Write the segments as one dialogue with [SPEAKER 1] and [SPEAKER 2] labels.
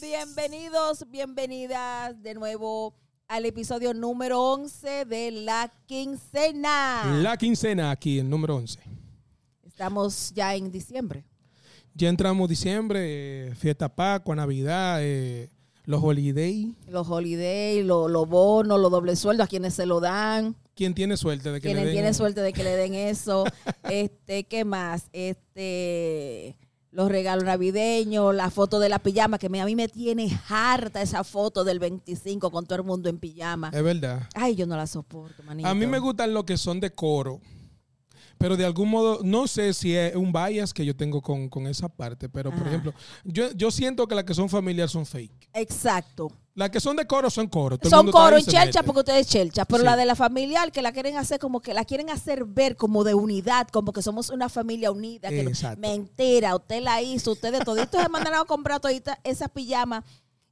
[SPEAKER 1] Bienvenidos, bienvenidas de nuevo al episodio número 11 de La Quincena.
[SPEAKER 2] La quincena aquí, el número 11.
[SPEAKER 1] Estamos ya en diciembre.
[SPEAKER 2] Ya entramos diciembre, eh, fiesta Pascua, Navidad, eh, los holiday.
[SPEAKER 1] Los holiday, lo- los bonos, los doble sueldos, a quienes se lo dan,
[SPEAKER 2] ¿Quién tiene suerte de que le
[SPEAKER 1] quienes
[SPEAKER 2] den?
[SPEAKER 1] tienen suerte de que le den eso. este, ¿qué más? Este, los regalos navideños, la foto de la pijama, que me- a mí me tiene harta esa foto del 25 con todo el mundo en pijama.
[SPEAKER 2] Es verdad.
[SPEAKER 1] Ay, yo no la soporto, manito.
[SPEAKER 2] Eh. A mí me gustan los que son de coro. Pero de algún modo, no sé si es un bias que yo tengo con, con esa parte, pero por
[SPEAKER 1] Ajá.
[SPEAKER 2] ejemplo, yo, yo siento que las que son familiares son fake.
[SPEAKER 1] Exacto.
[SPEAKER 2] Las que son de coro son coro. Todo el
[SPEAKER 1] Son
[SPEAKER 2] mundo está
[SPEAKER 1] coro
[SPEAKER 2] ahí
[SPEAKER 1] y
[SPEAKER 2] se
[SPEAKER 1] chelcha
[SPEAKER 2] mete.
[SPEAKER 1] porque ustedes chelcha, pero
[SPEAKER 2] Sí.
[SPEAKER 1] la de la familiar que la quieren hacer como que la quieren hacer ver como de unidad, como que somos una familia unida. Que no-
[SPEAKER 2] Exacto.
[SPEAKER 1] mentira, usted la hizo, ustedes toditos se mandaron a comprar toditas esas pijamas.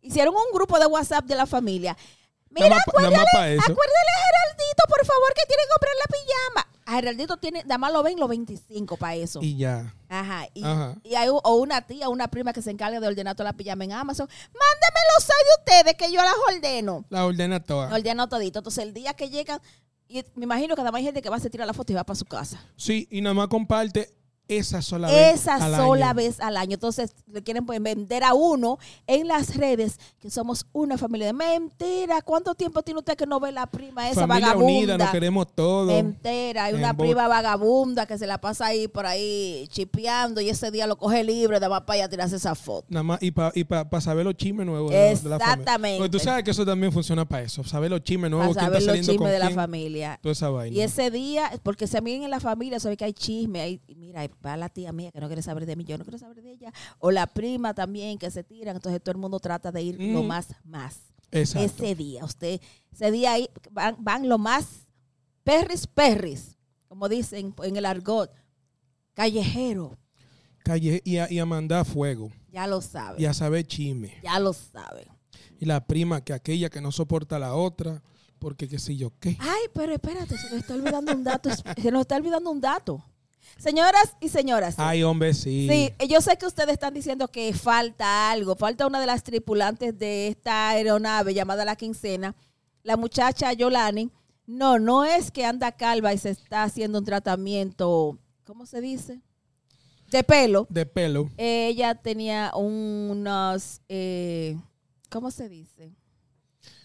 [SPEAKER 1] Hicieron un grupo de WhatsApp de la familia. Mira,
[SPEAKER 2] Nada más pa- nada más
[SPEAKER 1] acuérdale,
[SPEAKER 2] pa'
[SPEAKER 1] acuérdale
[SPEAKER 2] eso.
[SPEAKER 1] a Geraldito, por favor, que tiene que comprar la pijama. A Geraldito tiene, nada más lo ven los 25 para eso.
[SPEAKER 2] Y ya.
[SPEAKER 1] Ajá. Y,
[SPEAKER 2] Ajá.
[SPEAKER 1] y hay u- o una tía o una prima que se encarga de ordenar toda la pijama en Amazon. Mándeme los hay de ustedes que yo las ordeno.
[SPEAKER 2] La ordena toda.
[SPEAKER 1] Ordeno todito. Entonces, el día que llegan, y me imagino que además hay gente que va a tirar la foto y va para su casa.
[SPEAKER 2] Sí, y nada más comparte esa sola vez.
[SPEAKER 1] Esa
[SPEAKER 2] al
[SPEAKER 1] sola
[SPEAKER 2] año.
[SPEAKER 1] vez al año. Entonces, le quieren pues, vender a uno en las redes que somos una familia de mentira. ¿Cuánto tiempo tiene usted que no ve la prima esa
[SPEAKER 2] Familia
[SPEAKER 1] vagabunda? Em,
[SPEAKER 2] unida, nos queremos todos.
[SPEAKER 1] Entera, hay una
[SPEAKER 2] En bo-
[SPEAKER 1] prima vagabunda que se la pasa ahí por ahí chipeando y ese día lo coge libre, de más para allá a tirarse esa foto.
[SPEAKER 2] Nada más, y para saber los chismes nuevos. de la- de la familia.
[SPEAKER 1] Exactamente.
[SPEAKER 2] Porque tú sabes que eso también funciona para eso. Saber los chismes
[SPEAKER 1] para
[SPEAKER 2] nuevos, quién está
[SPEAKER 1] saber los
[SPEAKER 2] saliendo
[SPEAKER 1] chismes
[SPEAKER 2] con
[SPEAKER 1] de la
[SPEAKER 2] quién,
[SPEAKER 1] familia.
[SPEAKER 2] Toda esa vaina.
[SPEAKER 1] Y ese día, porque se miren en la familia, sabe que hay chisme, hay, y mira, va la tía mía que no quiere saber de mí, yo no quiero saber de ella, o la prima también que se tiran, entonces todo el mundo trata de ir lo
[SPEAKER 2] Mm.
[SPEAKER 1] más, más.
[SPEAKER 2] Exacto.
[SPEAKER 1] Ese día, usted, ese día ahí van, van lo más perris, perris, como dicen en el argot, callejero,
[SPEAKER 2] Calle, y, a, y a mandar fuego.
[SPEAKER 1] ya lo sabe,
[SPEAKER 2] Y a saber chisme.
[SPEAKER 1] ya lo sabe.
[SPEAKER 2] Y la prima que aquella que no soporta a la otra. Porque qué sé yo qué.
[SPEAKER 1] Ay, pero espérate, se nos está olvidando un dato. Se nos está olvidando un dato. Señoras y señoras.
[SPEAKER 2] Ay, hombre, sí.
[SPEAKER 1] Sí, eh, yo sé que ustedes están diciendo que falta algo. Falta una de las tripulantes de esta aeronave llamada La Quincena, la muchacha Yolani. No, no es que anda calva y se está haciendo un tratamiento, ¿cómo se dice? De pelo.
[SPEAKER 2] De pelo.
[SPEAKER 1] Ella tenía unos, eh, ¿cómo se dice?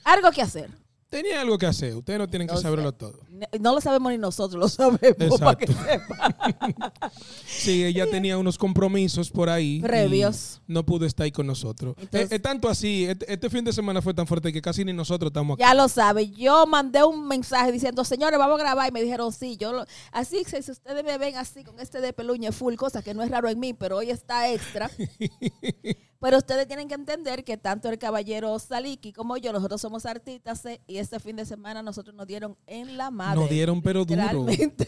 [SPEAKER 1] Algo que hacer.
[SPEAKER 2] Tenía algo que hacer. Ustedes no tienen que
[SPEAKER 1] No sé.
[SPEAKER 2] saberlo todo.
[SPEAKER 1] No- No lo sabemos ni nosotros, lo sabemos. para que
[SPEAKER 2] Exacto.
[SPEAKER 1] sepa.
[SPEAKER 2] Sí, ella tenía unos compromisos por ahí. y
[SPEAKER 1] Previos.
[SPEAKER 2] No pudo estar ahí con nosotros.
[SPEAKER 1] Entonces-
[SPEAKER 2] Eh, eh, tanto así, este, este fin de semana fue tan fuerte que casi ni nosotros estamos aquí.
[SPEAKER 1] Ya lo sabe. Yo mandé un mensaje diciendo, señores, vamos a grabar. Y me dijeron, sí, yo lo... Así que si ustedes me ven así con este de peluña full, cosa que no es raro en mí, pero hoy está extra. pero ustedes tienen que entender que tanto el caballero Saliki como yo, nosotros somos artistas eh, y este fin de semana nosotros nos dieron en la madre.
[SPEAKER 2] Nos dieron pero duro.
[SPEAKER 1] Literalmente.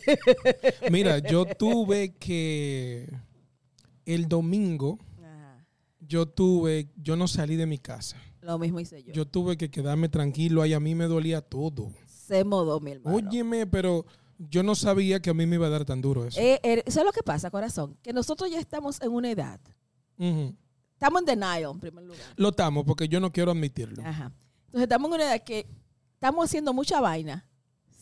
[SPEAKER 2] Mira, yo tuve que el domingo
[SPEAKER 1] Ajá.
[SPEAKER 2] yo tuve, yo no salí de mi casa.
[SPEAKER 1] Lo mismo hice yo.
[SPEAKER 2] Yo tuve que quedarme tranquilo, ahí a mí me dolía todo.
[SPEAKER 1] Se mudó, mi hermano.
[SPEAKER 2] Óyeme, pero yo no sabía que a mí me iba a dar tan duro eso.
[SPEAKER 1] Eh, eh, eso es lo que pasa, corazón. Que nosotros ya estamos en una edad.
[SPEAKER 2] Ujú.
[SPEAKER 1] Estamos en denial, en primer lugar.
[SPEAKER 2] Lo tamo porque yo no quiero admitirlo.
[SPEAKER 1] Ajá. Entonces estamos en una edad que estamos haciendo mucha vaina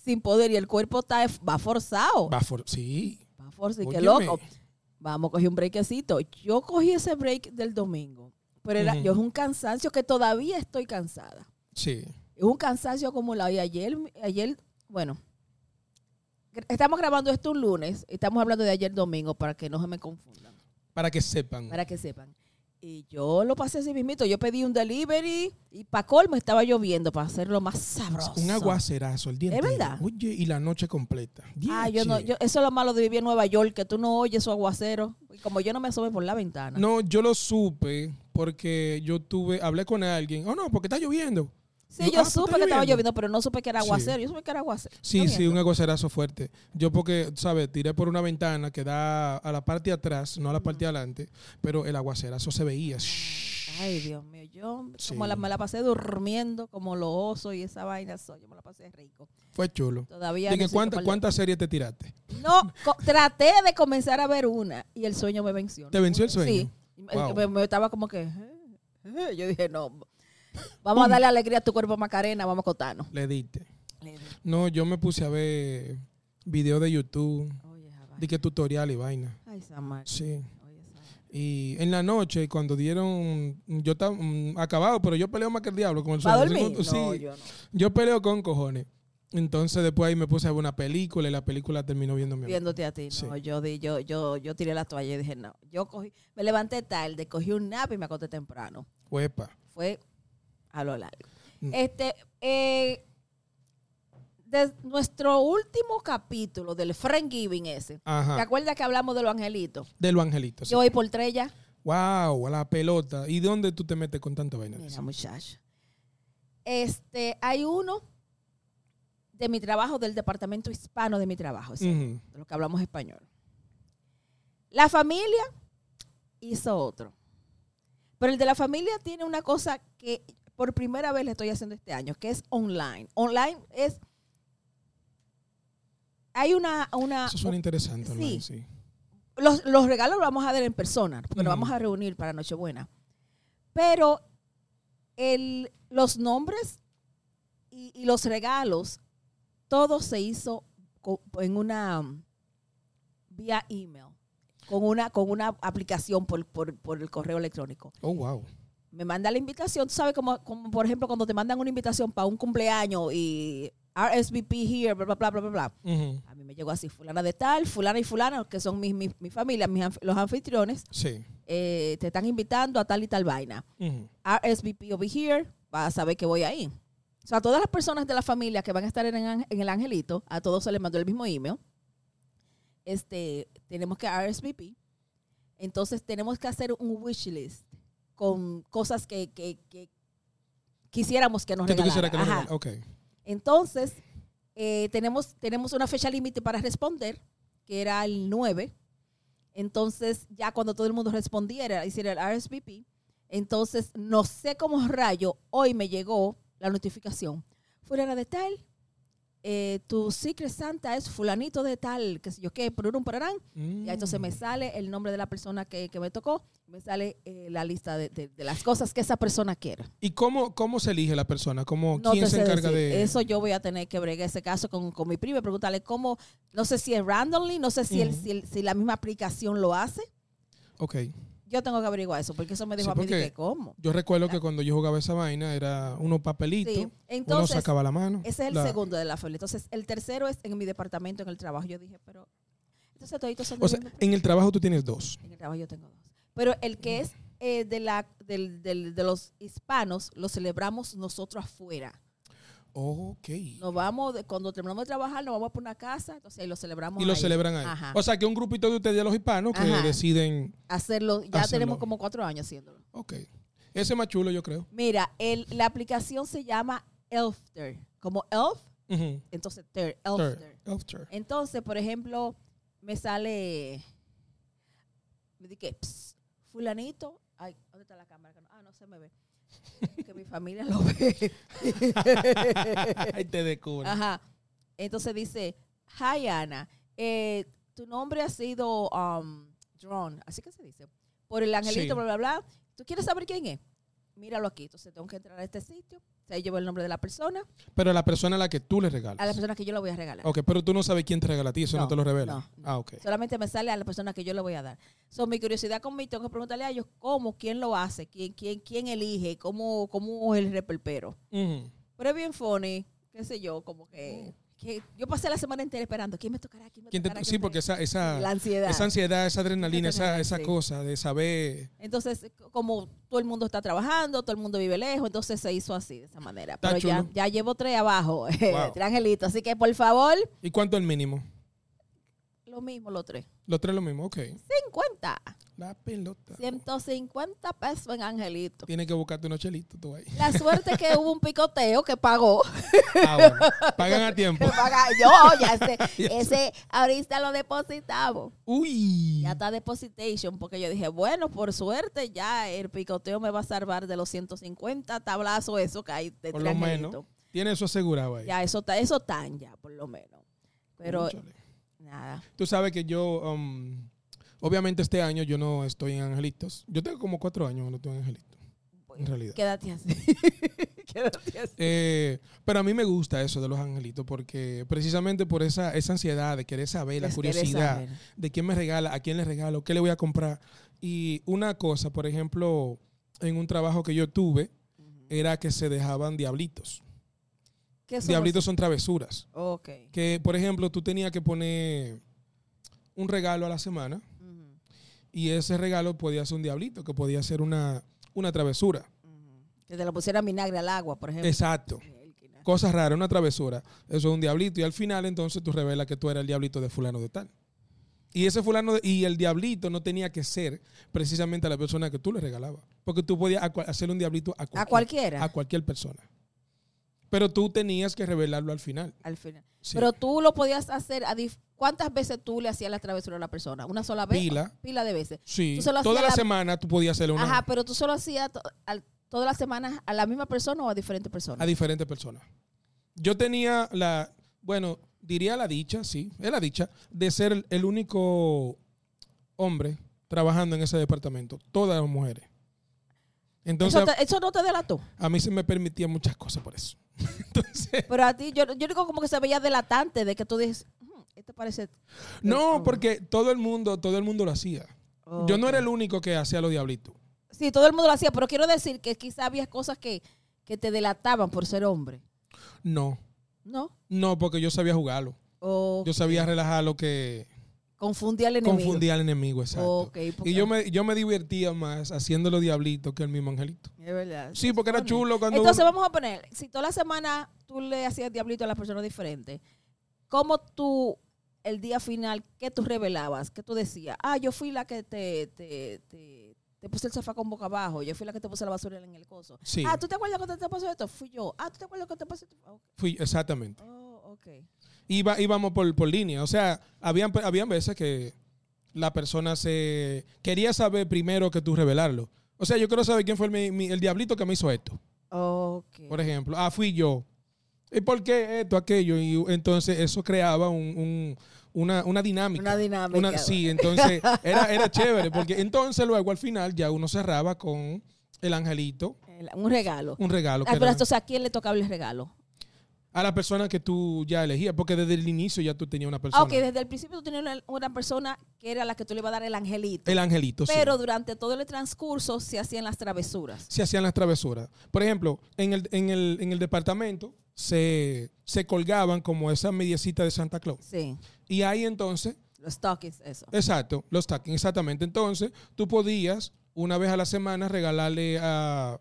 [SPEAKER 1] sin poder y el cuerpo está, va forzado. Va,
[SPEAKER 2] Va for- sí.
[SPEAKER 1] forzado. Y qué
[SPEAKER 2] Óyeme.
[SPEAKER 1] loco. Vamos a coger un breakcito. Yo cogí ese break del domingo. Pero era,
[SPEAKER 2] Ujú.
[SPEAKER 1] yo es un cansancio que todavía estoy cansada.
[SPEAKER 2] Sí.
[SPEAKER 1] Es un cansancio acumulado. Y ayer, ayer, bueno, gr- estamos grabando esto un lunes. Estamos hablando de ayer domingo para que no se me confundan.
[SPEAKER 2] Para que sepan.
[SPEAKER 1] para que sepan. Y yo lo pasé así mismito. Yo pedí un delivery y para colmo estaba lloviendo para hacerlo más sabroso.
[SPEAKER 2] Un aguacerazo el día
[SPEAKER 1] ¿Es
[SPEAKER 2] entero.
[SPEAKER 1] verdad?
[SPEAKER 2] Oye, y la noche completa.
[SPEAKER 1] Ah, yo
[SPEAKER 2] Diache.
[SPEAKER 1] no, yo- eso es lo malo de vivir en Nueva York, que tú no oyes su aguacero. Y como yo no me asome por la ventana.
[SPEAKER 2] No, yo lo supe porque yo tuve, hablé con alguien. Oh, no, porque está lloviendo.
[SPEAKER 1] sí,
[SPEAKER 2] Ah,
[SPEAKER 1] yo
[SPEAKER 2] pues
[SPEAKER 1] supe
[SPEAKER 2] está
[SPEAKER 1] que estaba
[SPEAKER 2] lloviendo.
[SPEAKER 1] lloviendo, pero no supe que era
[SPEAKER 2] Sí.
[SPEAKER 1] aguacero. Yo supe que era aguacero.
[SPEAKER 2] Sí,
[SPEAKER 1] No
[SPEAKER 2] sí, un aguacerazo fuerte. Yo porque, ¿sabes? Tiré por una ventana que da a la parte de atrás, no a la parte de adelante, pero el aguacerazo se veía.
[SPEAKER 1] miento. Ay, Dios mío. Yo como
[SPEAKER 2] Sí.
[SPEAKER 1] la, me la pasé durmiendo, como los osos y esa vaina. so, yo me la pasé rico.
[SPEAKER 2] Fue chulo.
[SPEAKER 1] Todavía
[SPEAKER 2] Dije,
[SPEAKER 1] no sé
[SPEAKER 2] ¿cuánta-
[SPEAKER 1] cuál de-
[SPEAKER 2] ¿Cuántas series te tiraste?
[SPEAKER 1] No, co- traté de comenzar a ver una y el sueño me venció.
[SPEAKER 2] ¿Te venció el
[SPEAKER 1] Sí.
[SPEAKER 2] sueño?
[SPEAKER 1] Y me-
[SPEAKER 2] Wow.
[SPEAKER 1] me- me estaba como que. eh, eh. Yo dije, no. Vamos a darle alegría a tu cuerpo, Macarena. Vamos a cotarnos.
[SPEAKER 2] Le diste. No, yo me puse a ver videos de YouTube,
[SPEAKER 1] Oye, esa vaina.
[SPEAKER 2] de que tutorial y vaina.
[SPEAKER 1] Ay, Samar.
[SPEAKER 2] Sí.
[SPEAKER 1] Oye, esa vaina.
[SPEAKER 2] Y en la noche, cuando dieron, yo estaba mm, acabado, pero yo peleo más que el diablo con el
[SPEAKER 1] ¿Va a
[SPEAKER 2] sueño.
[SPEAKER 1] dormir?
[SPEAKER 2] Sí,
[SPEAKER 1] No,
[SPEAKER 2] yo.
[SPEAKER 1] yo no.
[SPEAKER 2] peleo con cojones. Entonces después ahí me puse a ver una película y la película terminó viendo mi
[SPEAKER 1] Viéndote a ti. No,
[SPEAKER 2] Sí.
[SPEAKER 1] yo, di, yo, yo, yo tiré la toalla y dije, no. Yo cogí, me levanté tarde, cogí un nap y me acosté temprano.
[SPEAKER 2] Huepa.
[SPEAKER 1] Fue a lo largo.
[SPEAKER 2] Mm.
[SPEAKER 1] Este, eh, de nuestro último capítulo del Friendsgiving ese. ¿Te
[SPEAKER 2] Ajá.
[SPEAKER 1] acuerdas que hablamos de los angelitos?
[SPEAKER 2] De los angelitos. Ah. Pues sí.
[SPEAKER 1] Yo voy por tres ya.
[SPEAKER 2] Wow, a la pelota. ¿Y dónde tú te metes con tanta vaina? de
[SPEAKER 1] Mira,
[SPEAKER 2] esa?
[SPEAKER 1] muchacha. Este, hay uno de mi trabajo, del departamento hispano de mi trabajo, o sea,
[SPEAKER 2] Ujú.
[SPEAKER 1] de los que hablamos español. La familia hizo otro. Pero el de la familia tiene una cosa que por primera vez le estoy haciendo este año, que es online. Online es. Hay una. una
[SPEAKER 2] Eso suena interesante.
[SPEAKER 1] Ah, oh, sí.
[SPEAKER 2] online, sí.
[SPEAKER 1] los, los regalos los vamos a dar en persona, porque nos
[SPEAKER 2] Ujú.
[SPEAKER 1] vamos a reunir para Nochebuena. Pero el, los nombres y, y los regalos, todo se hizo co- en una um, vía email, con una, con una aplicación por, por- por el correo electrónico.
[SPEAKER 2] Oh, wow.
[SPEAKER 1] Me manda la invitación, tú sabes, como, como por ejemplo cuando te mandan una invitación para un cumpleaños y RSVP here, bla, bla, bla, bla, bla, bla.
[SPEAKER 2] Ujú.
[SPEAKER 1] A mí me llegó así, fulana de tal, fulana y fulana, que son mis, mis- mi familia, mis anf- los anfitriones,
[SPEAKER 2] Sí.
[SPEAKER 1] eh, te están invitando a tal y tal vaina.
[SPEAKER 2] Ujú.
[SPEAKER 1] RSVP over here, vas a saber que voy ahí. O sea, a todas las personas de la familia que van a estar en, el ang- en el angelito, a todos se les mandó el mismo email. Este, tenemos que RSVP. Entonces tenemos que hacer un wish list con cosas que, que- que quisiéramos que nos
[SPEAKER 2] ¿Qué tú quisieras
[SPEAKER 1] regalaran.
[SPEAKER 2] que nos
[SPEAKER 1] Ajá.
[SPEAKER 2] regalara? Ok.
[SPEAKER 1] Entonces, eh, tenemos, tenemos una fecha límite para responder, que era el 9. Entonces, ya cuando todo el mundo respondiera, hiciera el RSVP, entonces, no sé cómo rayo, hoy me llegó la notificación. Fulana de tal, eh, tu Secret Santa es fulanito de tal, que sé yo qué, pururum, pararán. Y ahí entonces me
[SPEAKER 2] Mm.
[SPEAKER 1] sale el nombre de la persona que, que me tocó, me sale eh, la lista de, de- de las cosas que esa persona quiere.
[SPEAKER 2] ¿Y cómo, cómo se elige la persona? ¿Cómo,
[SPEAKER 1] No
[SPEAKER 2] ¿Quién
[SPEAKER 1] te
[SPEAKER 2] se
[SPEAKER 1] sé
[SPEAKER 2] encarga
[SPEAKER 1] decir.
[SPEAKER 2] de
[SPEAKER 1] Eso yo voy a tener que bregar ese caso con, con mi prima y preguntarle cómo, no sé si es randomly, no sé si, el-
[SPEAKER 2] Ujú.
[SPEAKER 1] si, el- si la misma aplicación lo hace.
[SPEAKER 2] Ok.
[SPEAKER 1] Yo tengo que averiguar eso, porque eso me dijo
[SPEAKER 2] Sí,
[SPEAKER 1] a mí de
[SPEAKER 2] porque-
[SPEAKER 1] que cómo.
[SPEAKER 2] Yo recuerdo que cuando yo jugaba esa vaina era unos papelitos,
[SPEAKER 1] Sí.
[SPEAKER 2] uno
[SPEAKER 1] Entonces,
[SPEAKER 2] sacaba la mano.
[SPEAKER 1] ese es el
[SPEAKER 2] la-
[SPEAKER 1] segundo de la familia. E. Entonces, el tercero es en mi departamento, en el trabajo. Yo dije, pero... Entonces, toditos son del
[SPEAKER 2] O sea,
[SPEAKER 1] mismo-
[SPEAKER 2] en el trabajo tú tienes dos.
[SPEAKER 1] En el trabajo yo tengo dos. Pero el que es eh, de, la, del- del- de los hispanos, lo celebramos nosotros afuera.
[SPEAKER 2] Ok.
[SPEAKER 1] Nos vamos, de- cuando terminamos de trabajar, nos vamos por una casa, entonces ahí lo celebramos
[SPEAKER 2] y lo
[SPEAKER 1] ahí.
[SPEAKER 2] celebran ahí.
[SPEAKER 1] Ajá.
[SPEAKER 2] O sea, que un grupito de ustedes, de los hispanos, que
[SPEAKER 1] Ajá.
[SPEAKER 2] deciden.
[SPEAKER 1] hacerlo. Ya
[SPEAKER 2] Hacerlo.
[SPEAKER 1] tenemos como cuatro años haciéndolo.
[SPEAKER 2] Ok. Ese es más chulo, yo creo.
[SPEAKER 1] Mira, el, la aplicación se llama Elfter. Como Elf,
[SPEAKER 2] Ujú.
[SPEAKER 1] entonces Ter,
[SPEAKER 2] Third.
[SPEAKER 1] Elfter.
[SPEAKER 2] After.
[SPEAKER 1] Entonces, por ejemplo, me sale. Me dije, "Ps, fulanito. Ay, ¿dónde está la cámara? Ah, no se me ve. que mi familia lo ve.
[SPEAKER 2] Ay, te descubro.
[SPEAKER 1] Ajá. Entonces dice, hi Ana, eh, tu nombre ha sido um, drawn, así que se dice, por el angelito,
[SPEAKER 2] Sí.
[SPEAKER 1] bla, bla, bla. ¿Tú quieres saber quién es? Míralo aquí. Entonces tengo que entrar a este sitio, o sea, ahí llevo el nombre de la persona,
[SPEAKER 2] Pero a la persona a la que tú le regalas.
[SPEAKER 1] a la persona que yo le voy a regalar.
[SPEAKER 2] Ok, pero tú no sabes quién te regala a ti, eso no,
[SPEAKER 1] No,
[SPEAKER 2] te lo revela.
[SPEAKER 1] no, no.
[SPEAKER 2] Ah, ok.
[SPEAKER 1] Solamente me sale a la persona que yo le voy a dar. So, mi curiosidad conmigo, tengo que preguntarle a ellos cómo, quién lo hace, quién, quién, quién elige, cómo, cómo es el reperpero.
[SPEAKER 2] Ujú.
[SPEAKER 1] Pero es bien funny, qué sé yo, como que, que yo pasé la semana entera esperando, ¿quién me tocará? ¿Quién me
[SPEAKER 2] Mm. ¿Quién te-
[SPEAKER 1] tocará?
[SPEAKER 2] sí,
[SPEAKER 1] ¿Quién me-
[SPEAKER 2] porque esa, esa,
[SPEAKER 1] la ansiedad.
[SPEAKER 2] Ah, esa ansiedad, esa adrenalina, esa,
[SPEAKER 1] Adrenalina,
[SPEAKER 2] esa
[SPEAKER 1] sí.
[SPEAKER 2] cosa de saber.
[SPEAKER 1] Entonces, como todo el mundo está trabajando, todo el mundo vive lejos, entonces se hizo así, de esa manera.
[SPEAKER 2] Está
[SPEAKER 1] Pero ya,
[SPEAKER 2] chulo.
[SPEAKER 1] ya llevo tres abajo, eh,
[SPEAKER 2] Wow.
[SPEAKER 1] tres angelitos. Así que, por favor,
[SPEAKER 2] ¿Y cuánto es el mínimo?
[SPEAKER 1] lo mismo los tres.
[SPEAKER 2] Los tres lo mismo, ok.
[SPEAKER 1] 50,
[SPEAKER 2] La pelota.
[SPEAKER 1] 150 pesos en angelito.
[SPEAKER 2] Tienes que buscarte unos chelitos tú ahí.
[SPEAKER 1] La suerte que hubo un picoteo que pagó.
[SPEAKER 2] Ah, bueno. Pagan a tiempo.
[SPEAKER 1] Que paga- Yo, oh, ya sé. Ese ahorita lo depositamos.
[SPEAKER 2] Uy.
[SPEAKER 1] Ya está depositation, porque yo dije, bueno, por suerte ya el picoteo me va a salvar de los 150 tablazos, eso que hay de
[SPEAKER 2] Por
[SPEAKER 1] tres
[SPEAKER 2] lo menos.
[SPEAKER 1] angelitos.
[SPEAKER 2] Tiene eso asegurado ahí.
[SPEAKER 1] Ya, eso está, eso tan ya, por lo menos. Pero
[SPEAKER 2] Cónchale.
[SPEAKER 1] nada.
[SPEAKER 2] Tú sabes que yo um, Obviamente este año yo no estoy en Angelitos. Yo tengo como cuatro años que no estoy en Angelitos, en realidad.
[SPEAKER 1] Quédate así. Quédate así.
[SPEAKER 2] Eh, pero a mí me gusta eso de los angelitos porque precisamente por esa, esa ansiedad de querer saber, la
[SPEAKER 1] Es que eres
[SPEAKER 2] curiosidad
[SPEAKER 1] ángel.
[SPEAKER 2] de quién me regala, a quién le regalo, qué le voy a comprar. Y una cosa, por ejemplo, en un trabajo que yo tuve, era que se dejaban diablitos.
[SPEAKER 1] ¿Qué somos?
[SPEAKER 2] Diablitos son travesuras.
[SPEAKER 1] Ok.
[SPEAKER 2] Que, por ejemplo, tú tenías que poner un regalo a la semana
[SPEAKER 1] Ujú,
[SPEAKER 2] y ese regalo podía ser un diablito, que podía ser una, una travesura.
[SPEAKER 1] ujú. Que te lo pusiera vinagre al agua, por ejemplo.
[SPEAKER 2] Exacto. Cosas raras, una travesura. Eso es un diablito. Y al final, entonces, tú revelas que tú eras el diablito de fulano de tal. Y ese fulano de- y el diablito no tenía que ser precisamente a la persona que tú le regalabas. Porque tú podías a cua- hacerle un diablito a,
[SPEAKER 1] A
[SPEAKER 2] cualquier-
[SPEAKER 1] cualquiera.
[SPEAKER 2] a cualquier persona. Pero tú tenías que revelarlo al final.
[SPEAKER 1] al final.
[SPEAKER 2] Sí.
[SPEAKER 1] Pero tú lo podías hacer. A dif- ¿Cuántas veces tú le hacías la travesura a la persona? ¿Una sola vez?
[SPEAKER 2] Pila.
[SPEAKER 1] Pila de veces.
[SPEAKER 2] Sí.
[SPEAKER 1] tú se lo hacías
[SPEAKER 2] Toda la
[SPEAKER 1] a la-
[SPEAKER 2] semana tú podías hacerle una
[SPEAKER 1] Ajá, pero tú solo hacías to- al- todas las semanas a la misma persona o a diferentes
[SPEAKER 2] a
[SPEAKER 1] personas.
[SPEAKER 2] diferentes personas. Yo tenía la, bueno, diría la dicha, sí, es la dicha, de ser el- el único hombre trabajando en ese departamento. Todas las mujeres. Entonces,
[SPEAKER 1] eso, te- eso no te delató.
[SPEAKER 2] a mí se me permitía muchas cosas por eso. Entonces,
[SPEAKER 1] Pero a ti, yo, yo digo como que se veía delatante de que tú dices, "Ujú, este parece.
[SPEAKER 2] no,
[SPEAKER 1] Oh.
[SPEAKER 2] porque todo el mundo, todo el mundo lo hacía.
[SPEAKER 1] Oh,
[SPEAKER 2] Yo no
[SPEAKER 1] ok.
[SPEAKER 2] era el único que hacía los diablitos.
[SPEAKER 1] Sí, todo el mundo lo hacía, pero quiero decir que quizá había cosas que, que te delataban por ser hombre.
[SPEAKER 2] No,
[SPEAKER 1] ¿No?
[SPEAKER 2] no, porque yo sabía jugarlo.
[SPEAKER 1] O
[SPEAKER 2] Yo sabía relajar lo que
[SPEAKER 1] confundía al enemigo.
[SPEAKER 2] confundía al enemigo, exacto.
[SPEAKER 1] Ok, porque-
[SPEAKER 2] Y yo me, yo me divertía más haciendo los diablitos que el mismo angelito.
[SPEAKER 1] Es verdad.
[SPEAKER 2] Sí, porque era
[SPEAKER 1] Pone.
[SPEAKER 2] chulo cuando
[SPEAKER 1] Entonces
[SPEAKER 2] uno-
[SPEAKER 1] vamos a poner, si toda la semana tú le hacías diablito a las personas diferentes, ¿cómo tú el día final, qué tú revelabas? ¿Qué tú decías? Ah, yo fui la que te, te, te, te puse el sofá con boca abajo, yo fui la que te puse la basura en el coso.
[SPEAKER 2] Sí.
[SPEAKER 1] Ah, ¿tú te acuerdas cuando te pasó esto? Fui yo. Ah, ¿tú te acuerdas cuando te pasó esto? Ah, ok.
[SPEAKER 2] Fui, exactamente.
[SPEAKER 1] Oh, ok.
[SPEAKER 2] Iba, íbamos por, por línea. O sea, habían, habían veces que la persona se quería saber primero que tú revelarlo. O sea, yo quiero saber quién fue el, mi- mi- el diablito que me hizo esto.
[SPEAKER 1] oh, Ok.
[SPEAKER 2] Por ejemplo, ah, fui yo. ¿Y por qué esto, aquello? Y entonces eso creaba un- un- una, una dinámica.
[SPEAKER 1] Una dinámica.
[SPEAKER 2] Una- sí, entonces era, era chévere. Porque entonces luego al final ya uno cerraba con el angelito,
[SPEAKER 1] El- Un regalo.
[SPEAKER 2] un regalo. que
[SPEAKER 1] Ah, pero
[SPEAKER 2] era-
[SPEAKER 1] entonces, ¿a quién le tocaba el regalo?
[SPEAKER 2] a la persona que tú ya elegías, porque desde el inicio ya tú tenías una persona.
[SPEAKER 1] Ah, ok, desde el principio tú tenías una, una persona que era la que tú le ibas a dar el angelito.
[SPEAKER 2] El angelito, sí.
[SPEAKER 1] pero durante todo el transcurso se hacían las travesuras.
[SPEAKER 2] Se hacían las travesuras. Por ejemplo, en el, en el, en el departamento se, se colgaban como esa mediecita de Santa Claus.
[SPEAKER 1] Sí,
[SPEAKER 2] Y ahí entonces,
[SPEAKER 1] los stockings, eso.
[SPEAKER 2] exacto, los tacking, exactamente. Entonces, tú podías una vez a la semana regalarle a,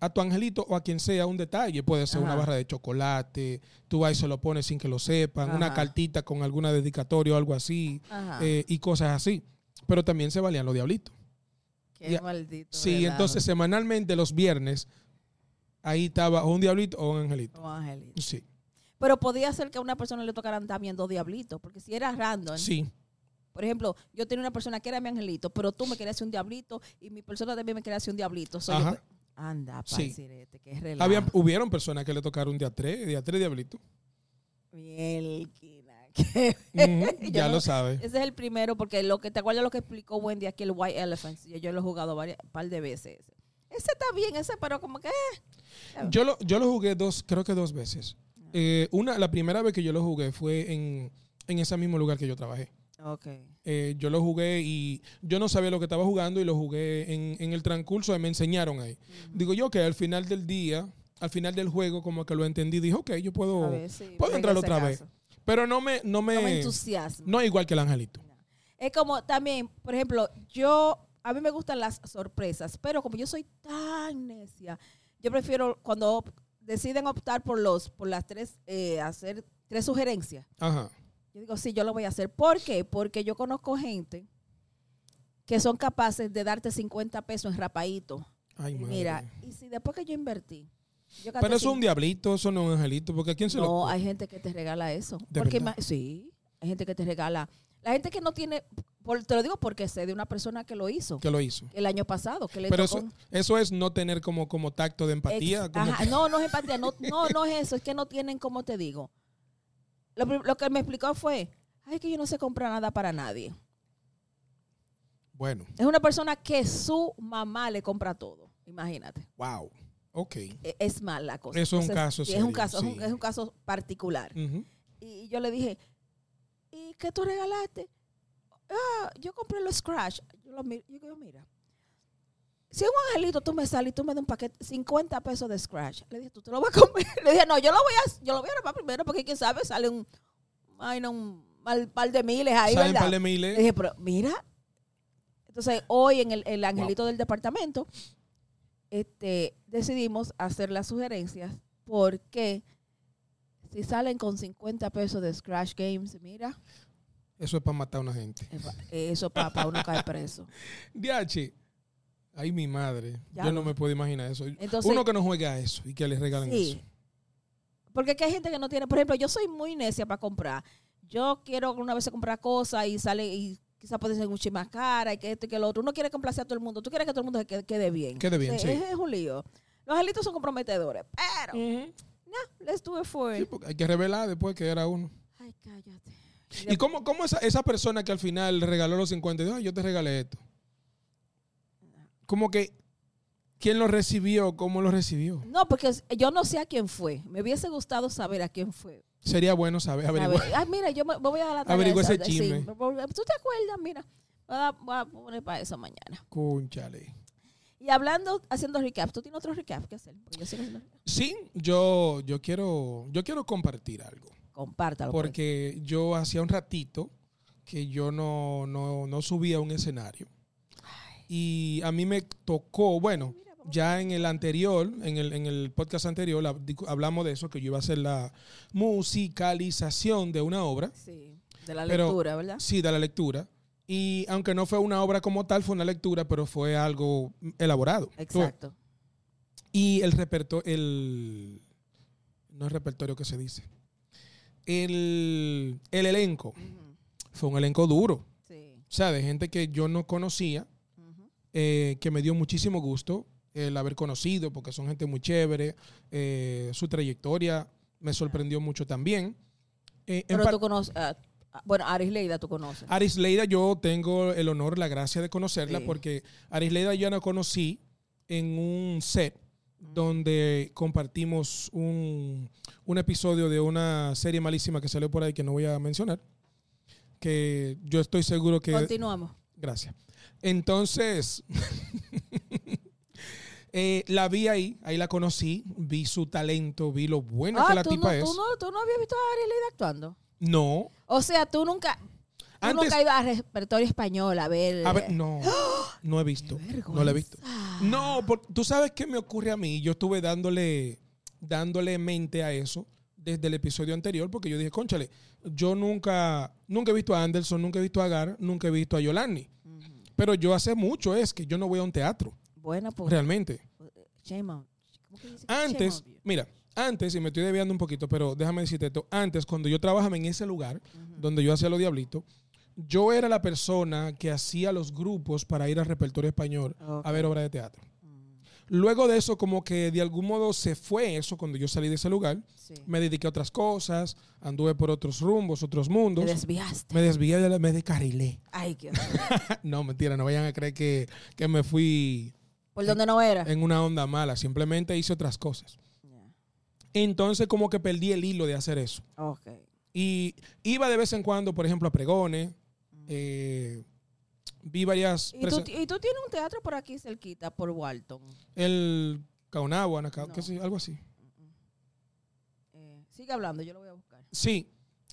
[SPEAKER 2] a tu angelito o a quien sea un detalle. Puede ser una
[SPEAKER 1] Ajá.
[SPEAKER 2] barra de chocolate, tú vas y se lo pones sin que lo sepan, una
[SPEAKER 1] Ajá.
[SPEAKER 2] cartita con alguna dedicatoria o algo así.
[SPEAKER 1] Ajá.
[SPEAKER 2] eh, y cosas así. Pero también se valían los diablitos.
[SPEAKER 1] Qué
[SPEAKER 2] ya.
[SPEAKER 1] maldito.
[SPEAKER 2] Sí,
[SPEAKER 1] relajo.
[SPEAKER 2] entonces semanalmente los viernes, ahí estaba o un diablito o un angelito.
[SPEAKER 1] Oh, angelito.
[SPEAKER 2] Sí,
[SPEAKER 1] Pero podía ser que a una persona le tocaran también dos diablitos, porque si era random,
[SPEAKER 2] sí,
[SPEAKER 1] por ejemplo, yo tenía una persona que era mi angelito, pero tú me querías hacer un diablito y mi persona también me quería hacer un diablito. So, yo
[SPEAKER 2] Ajá.
[SPEAKER 1] pe- anda,
[SPEAKER 2] Sí.
[SPEAKER 1] pancirete, qué relajo.
[SPEAKER 2] Habían, hubieron personas que le tocaron día tres, día tres diablitos.
[SPEAKER 1] Mielquina, qué-
[SPEAKER 2] Ujú, ya
[SPEAKER 1] no-
[SPEAKER 2] lo sabes.
[SPEAKER 1] Ese es el primero, porque lo que te acuerdas lo que explicó Wendy aquí, el White Elephant. Yo, yo lo he jugado varias par de veces. Ese está bien, ese, pero como que.
[SPEAKER 2] Yo lo, yo lo jugué dos, creo que dos veces. Eh, una, la primera vez que yo lo jugué fue en, en ese mismo lugar que yo trabajé.
[SPEAKER 1] Ok.
[SPEAKER 2] Eh, yo lo jugué y yo no sabía lo que estaba jugando y lo jugué en, en el transcurso y me enseñaron ahí. Digo yo que al final del día, al final del juego, como que lo entendí, dije, ok, yo puedo,
[SPEAKER 1] A ver, sí,
[SPEAKER 2] puedo
[SPEAKER 1] en
[SPEAKER 2] entrar
[SPEAKER 1] ese
[SPEAKER 2] otra vez.
[SPEAKER 1] caso.
[SPEAKER 2] Pero no me, no
[SPEAKER 1] No me
[SPEAKER 2] me,
[SPEAKER 1] entusiasma.
[SPEAKER 2] no es igual que el angelito.
[SPEAKER 1] Es como también, por ejemplo, yo. A mí me gustan las sorpresas, pero como yo soy tan necia, yo prefiero cuando op- deciden optar por los por las tres, eh, hacer tres sugerencias.
[SPEAKER 2] Ajá.
[SPEAKER 1] Yo digo, sí, yo lo voy a hacer. ¿Por qué? Porque yo conozco gente que son capaces de darte 50 pesos en rapadito.
[SPEAKER 2] Ay,
[SPEAKER 1] Y
[SPEAKER 2] madre.
[SPEAKER 1] Mira, y si después que yo invertí, yo gasté
[SPEAKER 2] Pero eso es un
[SPEAKER 1] cinco-
[SPEAKER 2] diablito, eso no es un angelito, porque ¿a quién se
[SPEAKER 1] No,
[SPEAKER 2] lo...
[SPEAKER 1] hay gente que te regala eso.
[SPEAKER 2] ¿De
[SPEAKER 1] porque
[SPEAKER 2] verdad?
[SPEAKER 1] ima- sí, hay gente que te regala. La gente que no tiene, por- te lo digo porque sé de una persona que lo hizo
[SPEAKER 2] que lo hizo?
[SPEAKER 1] el año pasado, que le
[SPEAKER 2] Pero
[SPEAKER 1] tocó
[SPEAKER 2] eso, eso es no tener como, como tacto de empatía.
[SPEAKER 1] Ex-
[SPEAKER 2] como
[SPEAKER 1] ajá,
[SPEAKER 2] que-
[SPEAKER 1] no, no es empatía, no, no, no es eso, es que no tienen, como te digo. Lo, pri- lo que me explicó fue, ay, que yo no sé comprar nada para nadie.
[SPEAKER 2] Bueno,
[SPEAKER 1] Es una persona que su mamá le compra todo. Imagínate.
[SPEAKER 2] wow. Ok.
[SPEAKER 1] E- Es mal la cosa.
[SPEAKER 2] Eso es un caso
[SPEAKER 1] sí, Es un
[SPEAKER 2] serio,
[SPEAKER 1] caso, es un-
[SPEAKER 2] sí.
[SPEAKER 1] es un caso particular.
[SPEAKER 2] Ujú.
[SPEAKER 1] Y yo le dije, ¿y qué tú regalaste? Ah, yo compré los Scratch. Yo lo miro, yo digo, mira, si en un angelito tú me sales y tú me das un paquete, 50 pesos de Scratch. Le dije, ¿tú te lo vas a comer? Le dije, no, yo lo voy a, yo lo voy a armar primero porque quién sabe, sale un, ay, no, un mal par de miles ahí,
[SPEAKER 2] Salen un par
[SPEAKER 1] ¿verdad?
[SPEAKER 2] de
[SPEAKER 1] Le
[SPEAKER 2] miles.
[SPEAKER 1] dije, pero mira. Entonces, hoy en el, el angelito del departamento, este, decidimos hacer las sugerencias porque si salen con 50 pesos de Scratch Games, mira,
[SPEAKER 2] Eso es para matar a una gente.
[SPEAKER 1] eh, pa- eso papá, uno cae preso.
[SPEAKER 2] DH. Ay, mi madre.
[SPEAKER 1] Ya
[SPEAKER 2] Yo
[SPEAKER 1] lo-
[SPEAKER 2] no me puedo imaginar eso.
[SPEAKER 1] Entonces-
[SPEAKER 2] Uno que no juega a eso y que le regalen
[SPEAKER 1] Sí.
[SPEAKER 2] eso.
[SPEAKER 1] Porque aquí hay gente que no tiene, por ejemplo, yo soy muy necia para comprar. Yo quiero una vez comprar cosas y sale y quizás puede ser mucho más cara y que esto y que lo otro. Uno quiere complacer a todo el mundo. Tú quieres que todo el mundo se quede, quede bien.
[SPEAKER 2] Quede bien, sí.
[SPEAKER 1] Es, es un lío. Los angelitos son comprometedores, pero
[SPEAKER 2] Ujú.
[SPEAKER 1] let's do it for
[SPEAKER 2] Sí,
[SPEAKER 1] it.
[SPEAKER 2] porque hay que revelar después que era uno.
[SPEAKER 1] Ay, cállate.
[SPEAKER 2] ¿Y cómo, cómo esa, esa persona que al final le regaló los 50 y dijo, "Ay, yo te regalé esto? Como que, ¿quién lo recibió? ¿Cómo lo recibió?
[SPEAKER 1] No, porque yo no sé a quién fue. Me hubiese gustado saber a quién fue.
[SPEAKER 2] Sería bueno saber, averiguar.
[SPEAKER 1] Ay, mira, yo me, me voy a dar la tarea.
[SPEAKER 2] Averigua
[SPEAKER 1] esa-
[SPEAKER 2] ese
[SPEAKER 1] sí,
[SPEAKER 2] chisme.
[SPEAKER 1] me voy a- ¿Tú te acuerdas? Mira, voy a, voy a poner para eso mañana.
[SPEAKER 2] Cónchale.
[SPEAKER 1] Y hablando, haciendo recap, ¿tú tienes otro recap que hacer? Porque yo sigo haciendo recap.
[SPEAKER 2] Sí, yo, yo, quiero, yo quiero compartir algo.
[SPEAKER 1] Compártalo. pues. por aquí.
[SPEAKER 2] Porque yo hacía un ratito que yo no, no, no subía a un escenario. Y a mí me tocó, bueno, ya en el anterior, en el, en el podcast anterior, la- dicu- hablamos de eso, que yo iba a hacer la musicalización de una obra,
[SPEAKER 1] Sí, de la
[SPEAKER 2] Pero-
[SPEAKER 1] lectura, ¿verdad?
[SPEAKER 2] sí, de la lectura. Y aunque no fue una obra como tal, fue una lectura, pero fue algo elaborado.
[SPEAKER 1] Exacto.
[SPEAKER 2] Y el repertorio, el, no es repertorio que se dice, el, el elenco,
[SPEAKER 1] Ujú.
[SPEAKER 2] fue un elenco duro, o
[SPEAKER 1] Sí.
[SPEAKER 2] sea, de gente que yo no conocía,
[SPEAKER 1] Ujú.
[SPEAKER 2] eh, que me dio muchísimo gusto el haber conocido, porque son gente muy chévere, eh, su trayectoria me sorprendió mucho también. Eh, en
[SPEAKER 1] Pero
[SPEAKER 2] par-
[SPEAKER 1] tú conoces, ah, ah, bueno, Aris Leida tú conoces.
[SPEAKER 2] Ah, Arisleida, yo tengo el honor, la gracia de conocerla,
[SPEAKER 1] Sí.
[SPEAKER 2] porque Arisleida yo la conocí en un set donde compartimos un, un episodio de una serie malísima que salió por ahí que no voy a mencionar, que yo estoy seguro que...
[SPEAKER 1] Continuamos.
[SPEAKER 2] Gracias. Entonces, eh, la vi ahí, ahí la conocí, vi su talento, vi lo buena que
[SPEAKER 1] Ah,
[SPEAKER 2] la
[SPEAKER 1] ¿tú
[SPEAKER 2] tipa
[SPEAKER 1] no,
[SPEAKER 2] es.
[SPEAKER 1] tú, no, tú no habías visto a Aris Leida actuando.
[SPEAKER 2] No,
[SPEAKER 1] O sea, tú nunca, tú
[SPEAKER 2] Antes-
[SPEAKER 1] nunca has ido a repertorio español a ver.
[SPEAKER 2] a ver, no, no he visto, no la he visto. No, por- tú sabes qué me ocurre a mí. Yo estuve dándole, dándole mente a eso desde el episodio anterior, porque yo dije, conchale, yo nunca, nunca he visto a Anderson, nunca he visto a Gar, nunca he visto a Yolani.
[SPEAKER 1] Ujú.
[SPEAKER 2] Pero yo hace mucho es que yo no voy a un teatro,
[SPEAKER 1] Buena, pues.
[SPEAKER 2] realmente.
[SPEAKER 1] Shame on- ¿cómo que dice?
[SPEAKER 2] Antes,
[SPEAKER 1] Shame on you.
[SPEAKER 2] mira, antes, y me estoy debiando un poquito, pero déjame decirte esto, antes, cuando yo trabajaba en ese lugar,
[SPEAKER 1] Ujú.
[SPEAKER 2] donde yo hacía los diablitos, yo era la persona que hacía los grupos para ir al repertorio español
[SPEAKER 1] Ok.
[SPEAKER 2] a ver obras de teatro.
[SPEAKER 1] Mm,
[SPEAKER 2] Luego de eso, como que de algún modo se fue eso cuando yo salí de ese lugar.
[SPEAKER 1] sí.
[SPEAKER 2] Me dediqué a otras cosas, anduve por otros rumbos, otros
[SPEAKER 1] Te
[SPEAKER 2] mundos.
[SPEAKER 1] desviaste.
[SPEAKER 2] Me desvié, de la, me descarrilé.
[SPEAKER 1] Ay, qué horror.
[SPEAKER 2] no, mentira, no vayan a creer que, que me fui
[SPEAKER 1] Por donde no era.
[SPEAKER 2] en una onda mala. Simplemente hice otras cosas.
[SPEAKER 1] Ya.
[SPEAKER 2] Entonces, como que perdí el hilo de hacer eso.
[SPEAKER 1] Ok.
[SPEAKER 2] Y iba de vez en cuando, por ejemplo, a pregones. eh, vi varias...
[SPEAKER 1] ¿Y tú,
[SPEAKER 2] presen-
[SPEAKER 1] y tú tienes un teatro por aquí cerquita, por Walton.
[SPEAKER 2] El Caonagua, Anacao-
[SPEAKER 1] No.
[SPEAKER 2] qué sé yo, algo así.
[SPEAKER 1] Mm, Eh, sigue hablando, yo lo voy a buscar.
[SPEAKER 2] Sí.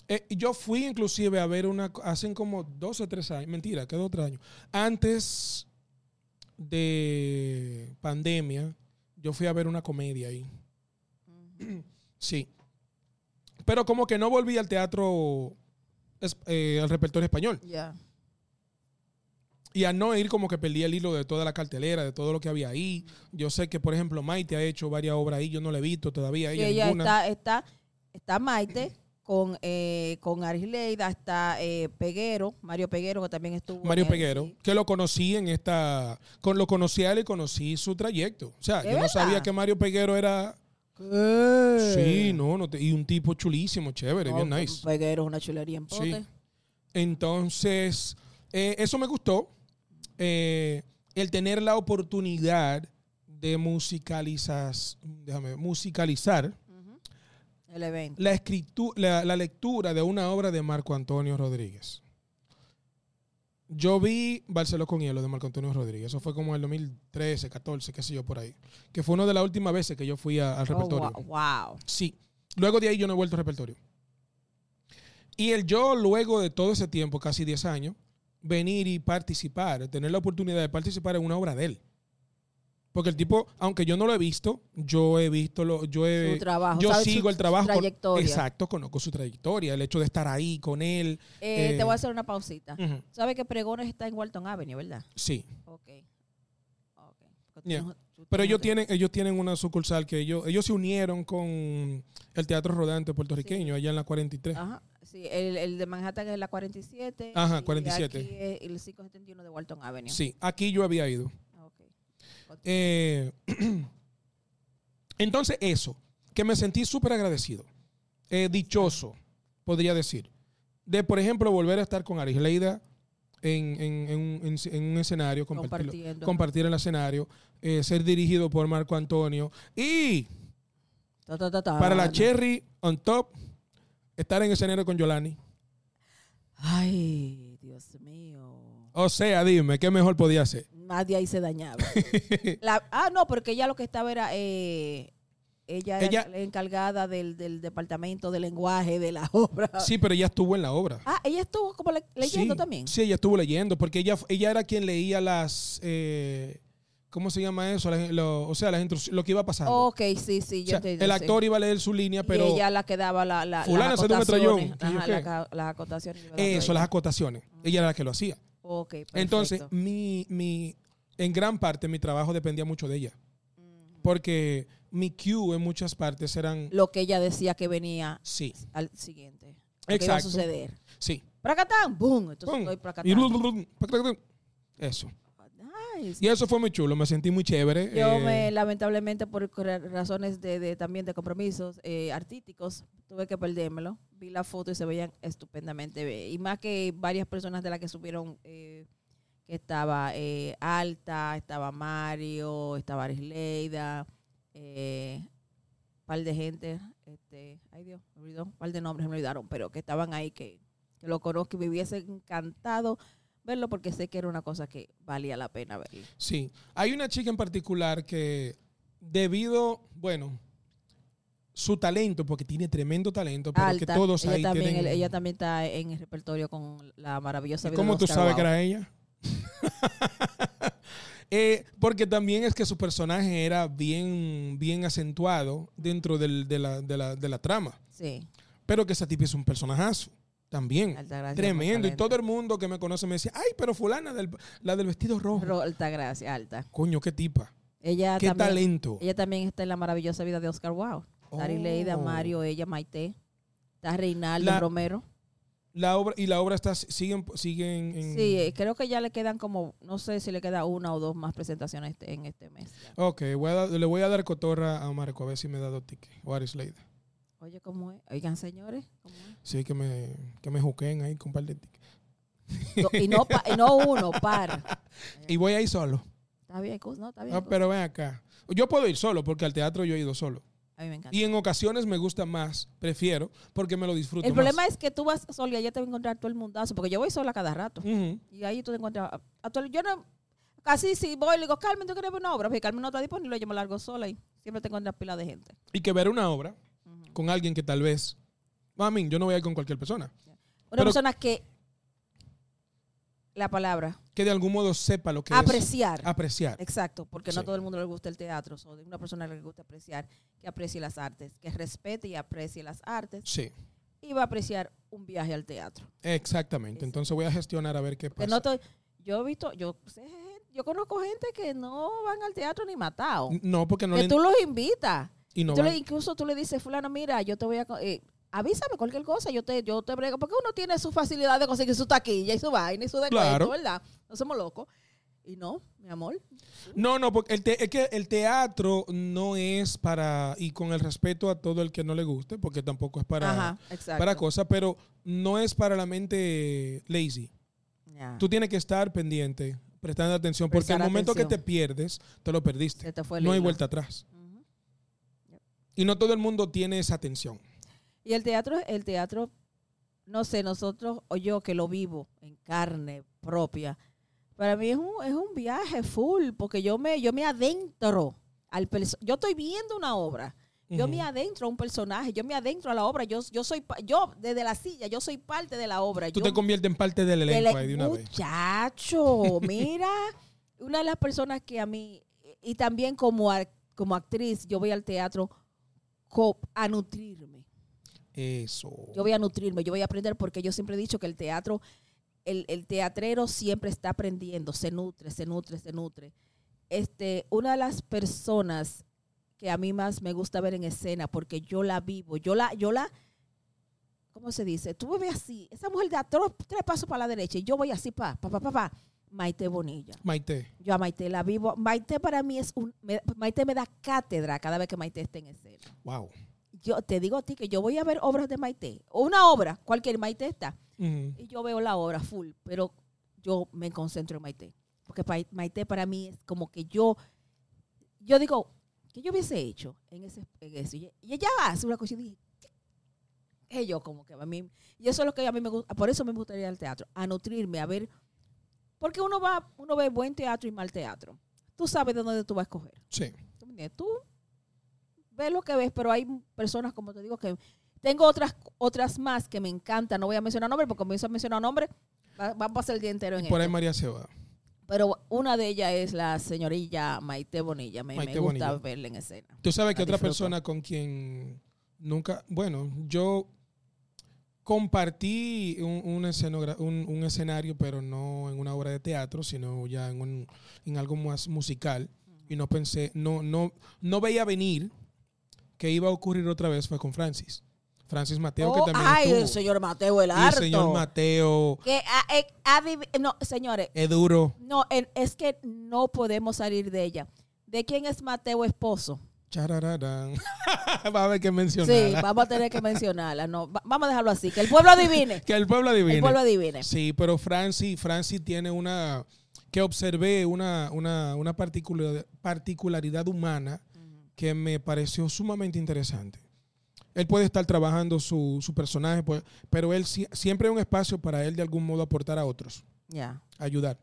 [SPEAKER 2] Eh, yo fui inclusive a ver una, hacen como 12 o 3 años, mentira, quedó otro año. Antes de pandemia, yo fui a ver una comedia ahí.
[SPEAKER 1] Mm,
[SPEAKER 2] Sí. Pero como que no volví al teatro, es- eh, al repertorio español.
[SPEAKER 1] Ya.
[SPEAKER 2] Y a no ir como que perdí el hilo de toda la cartelera, de todo lo que había ahí. Yo sé que, por ejemplo, Maite ha hecho varias obras ahí, yo no la he visto todavía.
[SPEAKER 1] Sí,
[SPEAKER 2] ella
[SPEAKER 1] ella
[SPEAKER 2] ninguna.
[SPEAKER 1] está, está, está Maite con, eh, con Aris Leida, está eh, Peguero, Mario Peguero, que también estuvo. en
[SPEAKER 2] Mario
[SPEAKER 1] el-
[SPEAKER 2] Peguero,
[SPEAKER 1] sí.
[SPEAKER 2] que lo conocí en esta, con lo conocí a él y conocí su trayecto. O sea,
[SPEAKER 1] ¿De
[SPEAKER 2] yo no
[SPEAKER 1] verdad?
[SPEAKER 2] sabía que Mario Peguero era,
[SPEAKER 1] ¿Qué?
[SPEAKER 2] sí, no, no te- y un tipo chulísimo, chévere,
[SPEAKER 1] No, pues
[SPEAKER 2] bien nice.
[SPEAKER 1] Peguero es una chulería en pote.
[SPEAKER 2] Sí. Entonces, eh, eso me gustó. eh, el tener la oportunidad de musicalizas, déjame, ver, musicalizar
[SPEAKER 1] Ujú. El evento.
[SPEAKER 2] la, escritu- la, la lectura de una obra de Marco Antonio Rodríguez. Yo vi Barceló con Hielo de Marco Antonio Rodríguez. Eso fue como en el 2013, 14, qué sé yo, por ahí. Que fue una de las últimas veces que yo fui a- al
[SPEAKER 1] Oh,
[SPEAKER 2] repertorio.
[SPEAKER 1] wow, wow.
[SPEAKER 2] Sí. Luego de ahí yo no he vuelto al repertorio. Y el yo, luego de todo ese tiempo, casi 10 años, venir y participar, tener la oportunidad de participar en una obra de él. Porque el tipo, aunque yo no lo he visto, yo he visto lo, yo he,
[SPEAKER 1] Su trabajo.
[SPEAKER 2] Eh, yo
[SPEAKER 1] ¿sabes? Su-
[SPEAKER 2] sigo el
[SPEAKER 1] su
[SPEAKER 2] trabajo. con-
[SPEAKER 1] trayectoria.
[SPEAKER 2] exacto, conozco su trayectoria, el hecho de estar ahí con él.
[SPEAKER 1] Eh,
[SPEAKER 2] eh, Mm.
[SPEAKER 1] te voy a hacer una pausita.
[SPEAKER 2] Ujú.
[SPEAKER 1] ¿Sabes que Pregones está en Walton Avenue, verdad?
[SPEAKER 2] Sí.
[SPEAKER 1] Ok. Ok. Porque tú
[SPEAKER 2] Yeah.
[SPEAKER 1] no- tú
[SPEAKER 2] Pero
[SPEAKER 1] no
[SPEAKER 2] ellos
[SPEAKER 1] te-
[SPEAKER 2] tienen, ellos tienen una sucursal que ellos, ellos se unieron con el Teatro Rodante puertorriqueño allá en la 43.
[SPEAKER 1] Ajá. Sí, el, el de Manhattan es la 47.
[SPEAKER 2] Ajá,
[SPEAKER 1] y
[SPEAKER 2] 47.
[SPEAKER 1] Aquí es el 571 de Walton Avenue.
[SPEAKER 2] Sí, aquí yo había ido.
[SPEAKER 1] Ah, Ok.
[SPEAKER 2] Eh, entonces, eso, que me sentí súper agradecido, eh, dichoso, podría decir, de, por ejemplo, volver a estar con Aris Leida en, en- en un- en- en un escenario, compartirlo-
[SPEAKER 1] Compartiendo.
[SPEAKER 2] compartir el escenario, eh, ser dirigido por Marco Antonio y
[SPEAKER 1] Ta, ta, ta, ta.
[SPEAKER 2] para la Cherry on top, estar en escenario con Yolani.
[SPEAKER 1] Ay, Dios mío.
[SPEAKER 2] O sea, dime, ¿qué mejor podía ser?
[SPEAKER 1] Más de ahí se dañaba. La- ah, no, porque ella lo que estaba era. eh, ella era
[SPEAKER 2] Ella-
[SPEAKER 1] la encargada del, del departamento de lenguaje de la obra.
[SPEAKER 2] Sí, pero ella estuvo en la obra.
[SPEAKER 1] Ah, ella estuvo como le- leyendo
[SPEAKER 2] Sí,
[SPEAKER 1] también.
[SPEAKER 2] Sí, ella estuvo leyendo, porque ella, ella era quien leía las. eh, ¿Cómo se llama eso? Las- lo- o sea, las instruc- lo que iba pasando.
[SPEAKER 1] Ok, sí, sí,
[SPEAKER 2] O
[SPEAKER 1] yo
[SPEAKER 2] sea,
[SPEAKER 1] entendí,
[SPEAKER 2] el
[SPEAKER 1] sí.
[SPEAKER 2] actor iba a leer su línea, pero.
[SPEAKER 1] y ella la que daba la, la,
[SPEAKER 2] Fulana
[SPEAKER 1] las
[SPEAKER 2] se dio un
[SPEAKER 1] acotaciones.
[SPEAKER 2] metrallón. Y yo,
[SPEAKER 1] Ajá,
[SPEAKER 2] ¿qué?
[SPEAKER 1] la ca- las acotaciones. iba dando
[SPEAKER 2] eso, las
[SPEAKER 1] ella.
[SPEAKER 2] acotaciones. Ella era la que lo hacía.
[SPEAKER 1] Ok, Ah. perfecto.
[SPEAKER 2] Entonces, mi, mi, en gran parte, mi trabajo dependía mucho de ella.
[SPEAKER 1] Mm.
[SPEAKER 2] Porque mi cue en muchas partes eran.
[SPEAKER 1] Lo que ella decía que venía
[SPEAKER 2] Sí,
[SPEAKER 1] al siguiente. Lo que iba a
[SPEAKER 2] Exacto.
[SPEAKER 1] suceder.
[SPEAKER 2] sí.
[SPEAKER 1] ¡Pracatán! ¡Bum! Entonces
[SPEAKER 2] Pum.
[SPEAKER 1] doy
[SPEAKER 2] Y
[SPEAKER 1] pracatán.
[SPEAKER 2] blu, blu, blu, pac, pac, pac. Eso.
[SPEAKER 1] Nice.
[SPEAKER 2] Y eso fue muy chulo, me sentí muy chévere.
[SPEAKER 1] Yo
[SPEAKER 2] eh,
[SPEAKER 1] me, lamentablemente, por ra- razones de, de- también de compromisos eh, artísticos, tuve que perdérmelo. Vi la foto y se veían estupendamente. be- Y más que varias personas de las que subieron, eh, que estaba eh, Alta, estaba Mario, estaba Arisleida, eh, par de gente, este, ay Dios, me olvidó, par de nombres me olvidaron, pero que estaban ahí, que, que lo conozco y me hubiese encantado verlo porque sé que era una cosa que valía la pena verlo.
[SPEAKER 2] Sí. Hay una chica en particular que, debido, bueno, su talento, porque tiene tremendo talento, pero que
[SPEAKER 1] Alta.
[SPEAKER 2] todos
[SPEAKER 1] ella
[SPEAKER 2] ahí
[SPEAKER 1] también,
[SPEAKER 2] tienen.
[SPEAKER 1] el- ella también está en el repertorio con la maravillosa
[SPEAKER 2] ¿Y
[SPEAKER 1] vida
[SPEAKER 2] ¿Cómo
[SPEAKER 1] de
[SPEAKER 2] tú
[SPEAKER 1] Oscar
[SPEAKER 2] sabes que
[SPEAKER 1] Wilde.
[SPEAKER 2] era ella? Eh, porque también es que su personaje era bien, bien acentuado dentro del- de, la, de la- de la trama.
[SPEAKER 1] Sí,
[SPEAKER 2] Pero que esa tipa es un personajazo. También.
[SPEAKER 1] Altagracia.
[SPEAKER 2] Mm, Tremendo. Y
[SPEAKER 1] Montalento.
[SPEAKER 2] todo el mundo que me conoce me decía, ay, pero fulana, del- la del vestido rojo.
[SPEAKER 1] Ro- Altagracia, alta.
[SPEAKER 2] Coño, qué tipa.
[SPEAKER 1] Ella
[SPEAKER 2] Qué
[SPEAKER 1] también,
[SPEAKER 2] talento.
[SPEAKER 1] Ella también está en la maravillosa vida de Oscar Wilde. Dari Leida,
[SPEAKER 2] Oh.
[SPEAKER 1] Mario, ella, Maite. Está Reinaldo
[SPEAKER 2] La-
[SPEAKER 1] Romero.
[SPEAKER 2] La obra, y la obra está, siguen, siguen en.
[SPEAKER 1] Sí, eh, creo que ya le quedan como, no sé si le queda una o dos más presentaciones este- en este mes. ya.
[SPEAKER 2] Ok, voy a dar- le voy a dar cotorra a Marco a ver si me da dos tickets. O Aris Leida.
[SPEAKER 1] Oye, ¿cómo es? Oigan, señores. ¿cómo es?
[SPEAKER 2] Sí, que me, que me juquen ahí con un par de tickets.
[SPEAKER 1] Do- y, no pa- y no uno, par.
[SPEAKER 2] Y voy ahí solo.
[SPEAKER 1] Está bien, cos- no, está bien.
[SPEAKER 2] Ah,
[SPEAKER 1] cos-
[SPEAKER 2] pero ven acá. Yo puedo ir solo porque al teatro yo he ido solo.
[SPEAKER 1] A mí me encanta.
[SPEAKER 2] Y en ocasiones me gusta más, prefiero, porque me lo disfruto.
[SPEAKER 1] El problema es que tú vas sola y allá te va a encontrar todo el mundazo, porque yo voy sola cada rato. Y ahí tú te encuentras. A, a todo el- yo no. Casi si voy y le digo, Carmen, ¿tú quieres ver una obra? Porque Carmen no está disponible, yo me largo sola y siempre te encuentras pila de gente.
[SPEAKER 2] Y que ver una obra
[SPEAKER 1] Ujú.
[SPEAKER 2] con alguien que tal vez. Mami, yo no voy a ir con cualquier persona.
[SPEAKER 1] Una
[SPEAKER 2] Pero-
[SPEAKER 1] persona que. La palabra.
[SPEAKER 2] Que de algún modo sepa lo que es
[SPEAKER 1] apreciar.
[SPEAKER 2] apreciar.
[SPEAKER 1] Exacto, porque no
[SPEAKER 2] Sí.
[SPEAKER 1] todo el mundo le gusta el teatro. So, una persona que le gusta apreciar, que aprecie las artes, que respete y aprecie las artes,
[SPEAKER 2] Sí,
[SPEAKER 1] y va a apreciar un viaje al teatro.
[SPEAKER 2] exactamente. Entonces voy a gestionar a ver qué
[SPEAKER 1] Que
[SPEAKER 2] pasa.
[SPEAKER 1] no estoy- yo he visto, yo sé gen- yo conozco gente que no van al teatro ni matado.
[SPEAKER 2] No, porque no
[SPEAKER 1] que
[SPEAKER 2] le.
[SPEAKER 1] tú los invitas.
[SPEAKER 2] Y no
[SPEAKER 1] Tú le-
[SPEAKER 2] van.
[SPEAKER 1] incluso tú le dices, fulano, mira, yo te voy a... co- eh, avísame cualquier cosa, yo te, yo te brego. Porque uno tiene su facilidad de conseguir su taquilla y su vaina y su descuento,
[SPEAKER 2] Claro.
[SPEAKER 1] ¿verdad? No somos locos. Y no, mi amor.
[SPEAKER 2] No, no, porque el te- es que el teatro no es para, y con el respeto a todo el que no le guste, porque tampoco es para,
[SPEAKER 1] Ajá, exacto.
[SPEAKER 2] para cosas, pero no es para la mente lazy.
[SPEAKER 1] Ya.
[SPEAKER 2] Tú tienes que estar pendiente prestando atención, porque el
[SPEAKER 1] Ah. Prestar
[SPEAKER 2] momento que
[SPEAKER 1] atención.
[SPEAKER 2] te pierdes, te lo perdiste.
[SPEAKER 1] Se te fue el
[SPEAKER 2] no hay
[SPEAKER 1] hilo.
[SPEAKER 2] vuelta atrás.
[SPEAKER 1] Ujú.
[SPEAKER 2] Y no todo el mundo tiene esa atención.
[SPEAKER 1] Y el teatro, el teatro, no sé, nosotros o yo que lo vivo en carne propia, para mí es un, es un viaje full, porque yo me, yo me adentro al perso- yo estoy viendo una obra, yo
[SPEAKER 2] Ujú.
[SPEAKER 1] me adentro a un personaje, yo me adentro a la obra, yo, yo soy pa- yo desde la silla, yo soy parte de la obra.
[SPEAKER 2] Tú
[SPEAKER 1] yo
[SPEAKER 2] te conviertes en parte del
[SPEAKER 1] del-
[SPEAKER 2] elenco ahí de una vez.
[SPEAKER 1] Muchacho, mira, una de las personas que a mí, y también como, ar- como actriz, yo voy al teatro co- a nutrirme.
[SPEAKER 2] Eso.
[SPEAKER 1] Yo voy a nutrirme, yo voy a aprender porque yo siempre he dicho que el teatro, el, el teatrero siempre está aprendiendo, se nutre, se nutre, se nutre. Este, una de las personas que a mí más me gusta ver en escena porque yo la vivo, yo la, yo la, ¿cómo se dice? Tú me ves así, esa mujer da tro- tres pasos para la derecha y yo voy así, pa, pa, pa, pa, pa. Maite Bonilla.
[SPEAKER 2] Maite.
[SPEAKER 1] Yo a Maite la vivo. Maite para mí es un, me- Maite me da cátedra cada vez que Maite esté en escena
[SPEAKER 2] Wow.
[SPEAKER 1] yo te digo a ti que yo voy a ver obras de Maite, o una obra, cualquier Maite está,
[SPEAKER 2] Ujú.
[SPEAKER 1] y yo veo la obra full, pero yo me concentro en Maite, porque pa- Maite para mí es como que yo, yo digo, ¿qué yo hubiese hecho en ese en eso? Y y ella hace una cosa y dije, "¿Qué?". Y yo como que a mí, y eso es lo que a mí me gusta, por eso me gustaría ir al teatro, a nutrirme, a ver, porque uno va, uno ve buen teatro y mal teatro, tú sabes de dónde tú vas a escoger.
[SPEAKER 2] Sí.
[SPEAKER 1] ¿Tú me entiendes? Tú ves lo que ves, pero hay personas, como te digo, que tengo otras otras más que me encantan. No voy a mencionar nombres, porque comienzo a mencionar nombres, va- vamos a pasar el día entero en
[SPEAKER 2] Por ahí
[SPEAKER 1] esto.
[SPEAKER 2] María se va.
[SPEAKER 1] Pero una de ellas es la señorilla Maite Bonilla. Me, me
[SPEAKER 2] Maite
[SPEAKER 1] gusta
[SPEAKER 2] Bonilla.
[SPEAKER 1] verla en escena.
[SPEAKER 2] Tú sabes que
[SPEAKER 1] La
[SPEAKER 2] otra
[SPEAKER 1] disfruto.
[SPEAKER 2] persona con quien nunca, bueno, yo compartí un, un escenogra- un- un escenario, pero no en una obra de teatro, sino ya en, un- en algo más musical. Y no pensé, no, no, no veía venir que iba a ocurrir otra vez fue con Francis. Francis Mateo,
[SPEAKER 1] Oh,
[SPEAKER 2] que también
[SPEAKER 1] ay,
[SPEAKER 2] estuvo.
[SPEAKER 1] el señor Mateo, el
[SPEAKER 2] Y
[SPEAKER 1] harto.
[SPEAKER 2] señor Mateo,
[SPEAKER 1] que ha- eh, ha vivi- no, señores,
[SPEAKER 2] es duro,
[SPEAKER 1] no, el- es que no podemos salir de ella. ¿De quién es Mateo esposo?
[SPEAKER 2] charararán. Va a haber que mencionar.
[SPEAKER 1] Sí, vamos a tener que mencionarla. No, va- vamos a dejarlo así. Que el pueblo adivine.
[SPEAKER 2] Que el pueblo adivine.
[SPEAKER 1] El pueblo adivine.
[SPEAKER 2] Sí, pero Francis, Francis tiene una que observé una, una, una particular- particularidad humana que me pareció sumamente interesante. Él puede estar trabajando su, su personaje, pues, pero él sie- siempre hay un espacio para él de algún modo aportar a otros,
[SPEAKER 1] Ya.
[SPEAKER 2] ayudar.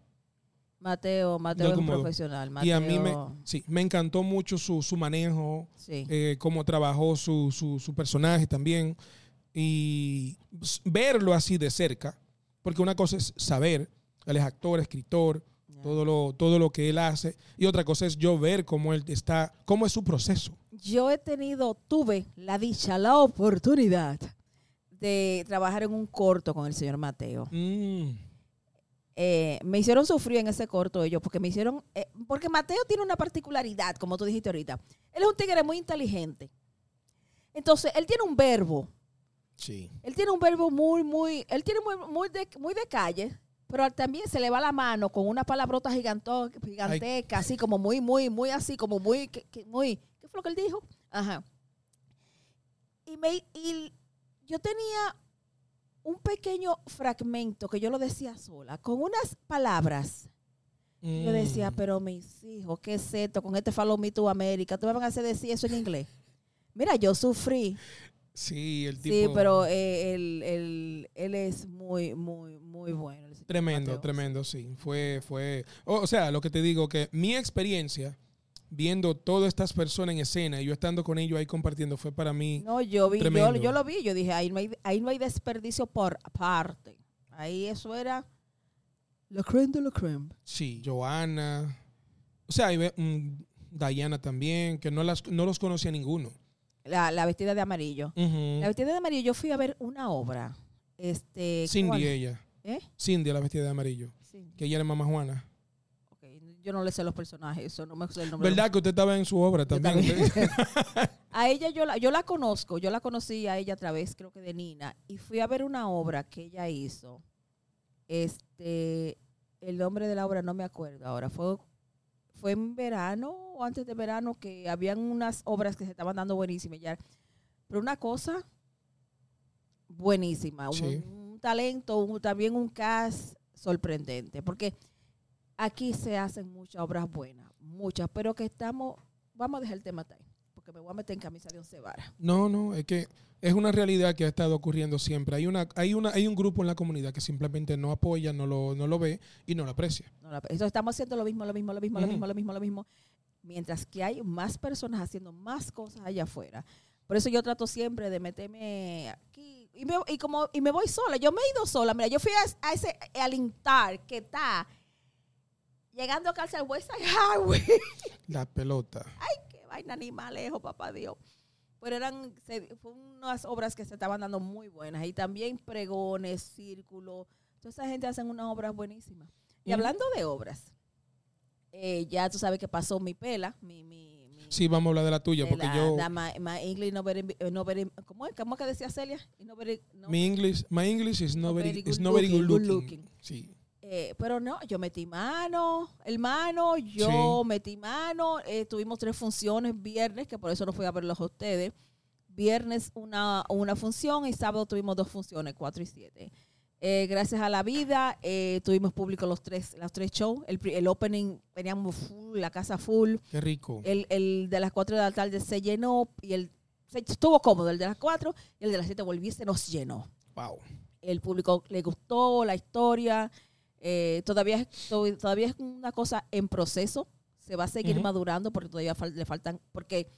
[SPEAKER 1] Mateo, Mateo es
[SPEAKER 2] algún
[SPEAKER 1] un
[SPEAKER 2] modo.
[SPEAKER 1] profesional.
[SPEAKER 2] Y a mí me,
[SPEAKER 1] Mateo,
[SPEAKER 2] sí, me encantó mucho su, su manejo,
[SPEAKER 1] Sí.
[SPEAKER 2] eh, cómo trabajó su, su, su personaje también. Y s- verlo así de cerca, porque una cosa es saber, él es actor, escritor,
[SPEAKER 1] ya.
[SPEAKER 2] todo lo, todo lo que él hace. Y otra cosa es yo ver cómo él está, cómo es su proceso.
[SPEAKER 1] Yo he tenido, tuve la dicha, la oportunidad de trabajar en un corto con el señor Mateo. Eh, me hicieron sufrir en ese corto ellos, porque me hicieron, eh, porque Mateo tiene una particularidad, como tú dijiste ahorita. Él es un tigre muy inteligente. Entonces, él tiene un verbo.
[SPEAKER 2] Sí.
[SPEAKER 1] Él tiene un verbo muy, muy, él tiene muy, muy, de, muy de calle, pero también se le va la mano con una palabrota giganto- giganteca, así como muy, muy, muy así, como muy, que- que- muy, ¿qué fue lo que él dijo? Ajá. Y, me, y yo tenía un pequeño fragmento que yo lo decía sola, con unas palabras. Y
[SPEAKER 2] Mm.
[SPEAKER 1] Yo decía, pero mis hijos, ¿qué es esto? Con este follow me to America, ¿tú me van a hacer decir eso en inglés? Mira, yo sufrí.
[SPEAKER 2] Sí, el tipo.
[SPEAKER 1] Sí, pero eh, él, él- él es muy, muy, muy bueno. el señor
[SPEAKER 2] Tremendo,
[SPEAKER 1] Mateo.
[SPEAKER 2] tremendo, sí. Fue, fue. O, o sea, lo que te digo, que mi experiencia viendo todas estas personas en escena y yo estando con ellos ahí compartiendo fue para mí.
[SPEAKER 1] No, yo vi, yo,
[SPEAKER 2] Tremendo.
[SPEAKER 1] yo lo vi, yo dije, ahí no hay, ahí no hay desperdicio por parte. Ahí eso era la creme de la creme.
[SPEAKER 2] Sí, Joana. O sea, ahí ve- mm, Diana también, que no, las, no los conocía ninguno.
[SPEAKER 1] La, la vestida de amarillo.
[SPEAKER 2] Ujú.
[SPEAKER 1] La vestida de amarillo, yo fui a ver una obra. Este, ¿cuál?
[SPEAKER 2] Cindy, ella.
[SPEAKER 1] ¿Eh?
[SPEAKER 2] Cindy, la vestida de amarillo.
[SPEAKER 1] Sí,
[SPEAKER 2] Que ella era mamá Juana.
[SPEAKER 1] ok. Yo no le sé los personajes, eso no me sé el nombre. de los
[SPEAKER 2] ¿Verdad que usted estaba en su obra
[SPEAKER 1] Yo
[SPEAKER 2] también?
[SPEAKER 1] también. a ella yo la, yo la conozco, yo la conocí a ella a través, creo que de Nina, y fui a ver una obra que ella hizo. Este, el nombre de la obra no me acuerdo ahora, fue, fue en verano o antes de verano que habían unas obras que se estaban dando buenísimas. ya. Pero una cosa buenísima, un-
[SPEAKER 2] Sí.
[SPEAKER 1] un, talento, un- también un cast sorprendente, porque aquí se hacen muchas obras buenas, muchas, pero que estamos, vamos a dejar el tema hasta ahí, porque me voy a meter en camisa de once varas.
[SPEAKER 2] No, no, es que es una realidad que ha estado ocurriendo siempre. Hay una, hay una, hay un grupo en la comunidad que simplemente no apoya, no lo, no lo ve y no lo aprecia.
[SPEAKER 1] No la- Entonces estamos haciendo lo mismo, lo mismo, lo mismo, lo
[SPEAKER 2] Ujú.
[SPEAKER 1] mismo, lo mismo, lo mismo. Mientras que hay más personas haciendo más cosas allá afuera. Por eso yo trato siempre de meterme aquí. Y me, y como, y me voy sola. Yo me he ido sola. Mira, yo fui a, a ese, eh, al Intar, que está llegando casi al West Side Highway.
[SPEAKER 2] La pelota.
[SPEAKER 1] Qué vaina ni más lejos, papá Dios. Pero eran se- fue unas obras que se estaban dando muy buenas. Y también pregones, círculos. Toda esa gente hacen unas obras buenísimas. Y
[SPEAKER 2] Ujú.
[SPEAKER 1] hablando de obras, eh, ya tú sabes que pasó mi pela, mi... mi, mi
[SPEAKER 2] Sí, vamos a hablar de la tuya,
[SPEAKER 1] de
[SPEAKER 2] porque
[SPEAKER 1] la-
[SPEAKER 2] yo,
[SPEAKER 1] la my, my English no very- eh, no very- ¿cómo, es? ¿Cómo es que decía Celia? No very- no-
[SPEAKER 2] mi English, my English is not
[SPEAKER 1] No
[SPEAKER 2] very,
[SPEAKER 1] very
[SPEAKER 2] is
[SPEAKER 1] good
[SPEAKER 2] not very
[SPEAKER 1] looking,
[SPEAKER 2] good
[SPEAKER 1] good
[SPEAKER 2] looking.
[SPEAKER 1] looking.
[SPEAKER 2] Sí.
[SPEAKER 1] Eh, pero no, yo metí mano, hermano, yo
[SPEAKER 2] Sí.
[SPEAKER 1] metí mano. eh, tuvimos tres funciones viernes, que por eso no fui a verlos a ustedes. Viernes una, una función y sábado tuvimos dos funciones, cuatro y siete. Eh, gracias a la vida eh, tuvimos público los tres, los tres shows. El, pri- el opening teníamos full, la casa full.
[SPEAKER 2] Qué rico.
[SPEAKER 1] El, el de las cuatro de la tarde se llenó y el se estuvo cómodo el de las cuatro y el de las siete volví y se nos llenó
[SPEAKER 2] Wow.
[SPEAKER 1] el público le gustó la historia. eh, todavía, es- to- todavía es una cosa en proceso. Se va a seguir
[SPEAKER 2] Ujú.
[SPEAKER 1] madurando porque todavía fal- le faltan. Porque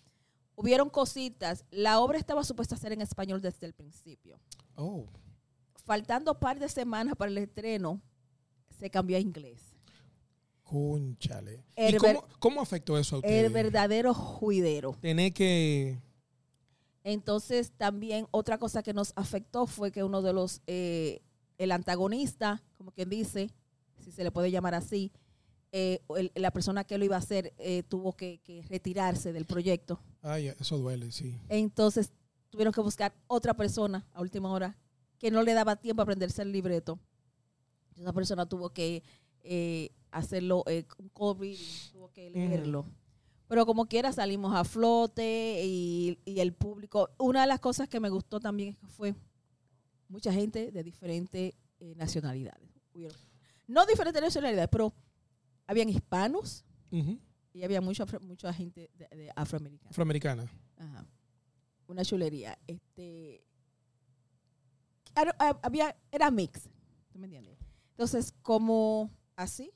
[SPEAKER 1] hubieron cositas. La obra estaba supuesta a ser en español desde el principio.
[SPEAKER 2] Oh.
[SPEAKER 1] Faltando par de semanas para el estreno, se cambió a inglés.
[SPEAKER 2] Cónchale. ¿Y
[SPEAKER 1] El ver-
[SPEAKER 2] cómo, cómo afectó eso a
[SPEAKER 1] El
[SPEAKER 2] ustedes?
[SPEAKER 1] verdadero juidero.
[SPEAKER 2] Tener que...
[SPEAKER 1] Entonces, también otra cosa que nos afectó fue que uno de los, eh, el antagonista, como quien dice, si se le puede llamar así, eh, o el- la persona que lo iba a hacer eh, tuvo que, que retirarse del proyecto.
[SPEAKER 2] Ay, eso duele, sí.
[SPEAKER 1] Entonces, tuvieron que buscar otra persona a última hora que no le daba tiempo a aprenderse el libreto. Esa persona tuvo que eh, hacerlo, eh, un cold reading, tuvo que leerlo. Pero como quiera salimos a flote y, y el público. Una de las cosas que me gustó también es que fue mucha gente de diferentes eh, nacionalidades. Hubieron- No diferentes nacionalidades, pero habían hispanos
[SPEAKER 2] Ujú.
[SPEAKER 1] y había mucha, afro- mucha gente de, de afroamericana.
[SPEAKER 2] Afroamericana.
[SPEAKER 1] Ajá. Una chulería. Este. claro, ha- Había, era mix. ¿Tú me entiendes? Entonces, como así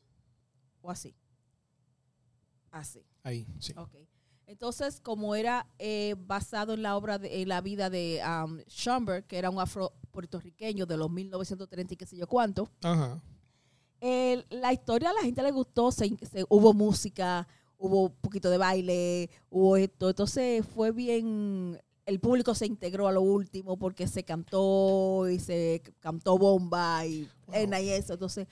[SPEAKER 1] o así. Así.
[SPEAKER 2] Ahí, sí.
[SPEAKER 1] Ok. Entonces, como era eh, basado en la obra, de, en la vida de um, Schomburg, que era un afro puertorriqueño de los 1930 y qué sé yo cuánto,
[SPEAKER 2] Ajá.
[SPEAKER 1] el- la historia a la gente le gustó, se, se- hubo música, hubo un poquito de baile, hubo esto, entonces fue bien, el público se integró a lo último porque se cantó y se cantó bomba y,
[SPEAKER 2] Wow.
[SPEAKER 1] en y eso, entonces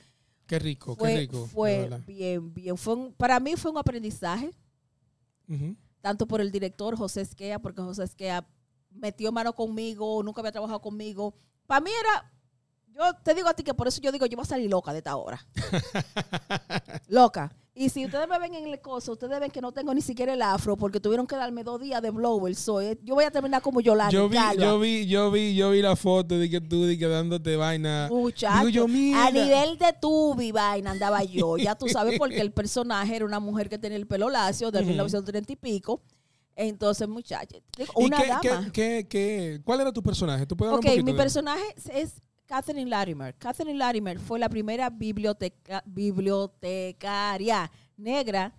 [SPEAKER 2] Qué rico,
[SPEAKER 1] fue,
[SPEAKER 2] qué rico. de
[SPEAKER 1] fue
[SPEAKER 2] verdad.
[SPEAKER 1] bien, bien, fue un- para mí fue un aprendizaje,
[SPEAKER 2] Ujú.
[SPEAKER 1] tanto por el director José Esquea, porque José Esquea metió mano conmigo, nunca había trabajado conmigo, para mí era... Yo te digo a ti que por eso yo digo, yo voy a salir loca de esta obra. Loca. Y si ustedes me ven en el coso, ustedes ven que no tengo ni siquiera el afro porque tuvieron que darme dos días de blower. So, eh, yo voy a terminar como Yolanda.
[SPEAKER 2] yo vi,
[SPEAKER 1] calva.
[SPEAKER 2] yo vi, yo vi, yo vi la foto de que tú de que dándote vaina.
[SPEAKER 1] Muchacho,
[SPEAKER 2] Digo yo, mira.
[SPEAKER 1] a nivel de tubi vaina andaba yo. Ya tú sabes porque el personaje era una mujer que tenía el pelo lacio de
[SPEAKER 2] Ujú.
[SPEAKER 1] 1930 y pico. Entonces, muchacha, digo,
[SPEAKER 2] ¿Y
[SPEAKER 1] una
[SPEAKER 2] qué,
[SPEAKER 1] dama.
[SPEAKER 2] qué- qué- qué- cuál era tu personaje? ¿Tú puedes hablar
[SPEAKER 1] Ok,
[SPEAKER 2] un
[SPEAKER 1] mi
[SPEAKER 2] poquito de-
[SPEAKER 1] personaje es Catherine Latimer. Catherine Latimer fue la primera biblioteca, bibliotecaria negra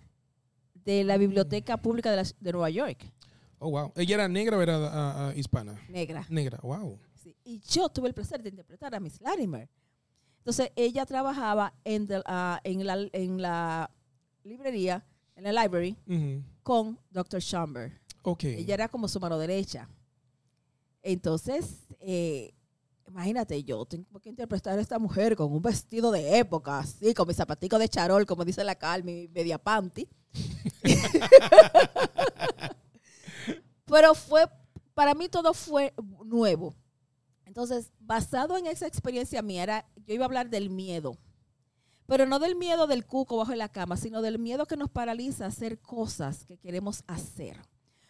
[SPEAKER 1] de la Biblioteca Pública de, la- de Nueva York.
[SPEAKER 2] Oh, wow. ¿Ella era negra o era ah, ah, hispana?
[SPEAKER 1] Negra.
[SPEAKER 2] Negra, wow.
[SPEAKER 1] sí. Y yo tuve el placer de interpretar a Miss Latimer. Entonces, ella trabajaba en, the- ah, en, la, en la librería, en la library,
[SPEAKER 2] Ujú.
[SPEAKER 1] con Dr. Schomburg.
[SPEAKER 2] Ok.
[SPEAKER 1] Ella era como su mano derecha. Entonces, eh, imagínate, yo tengo que interpretar a esta mujer con un vestido de época, así, con mis zapaticos de charol, como dice la Carmen, mi media panty. Pero fue, para mí todo fue nuevo. Entonces, basado en esa experiencia mía, era, yo iba a hablar del miedo. Pero no del miedo del cuco bajo la cama, sino del miedo que nos paraliza a hacer cosas que queremos hacer.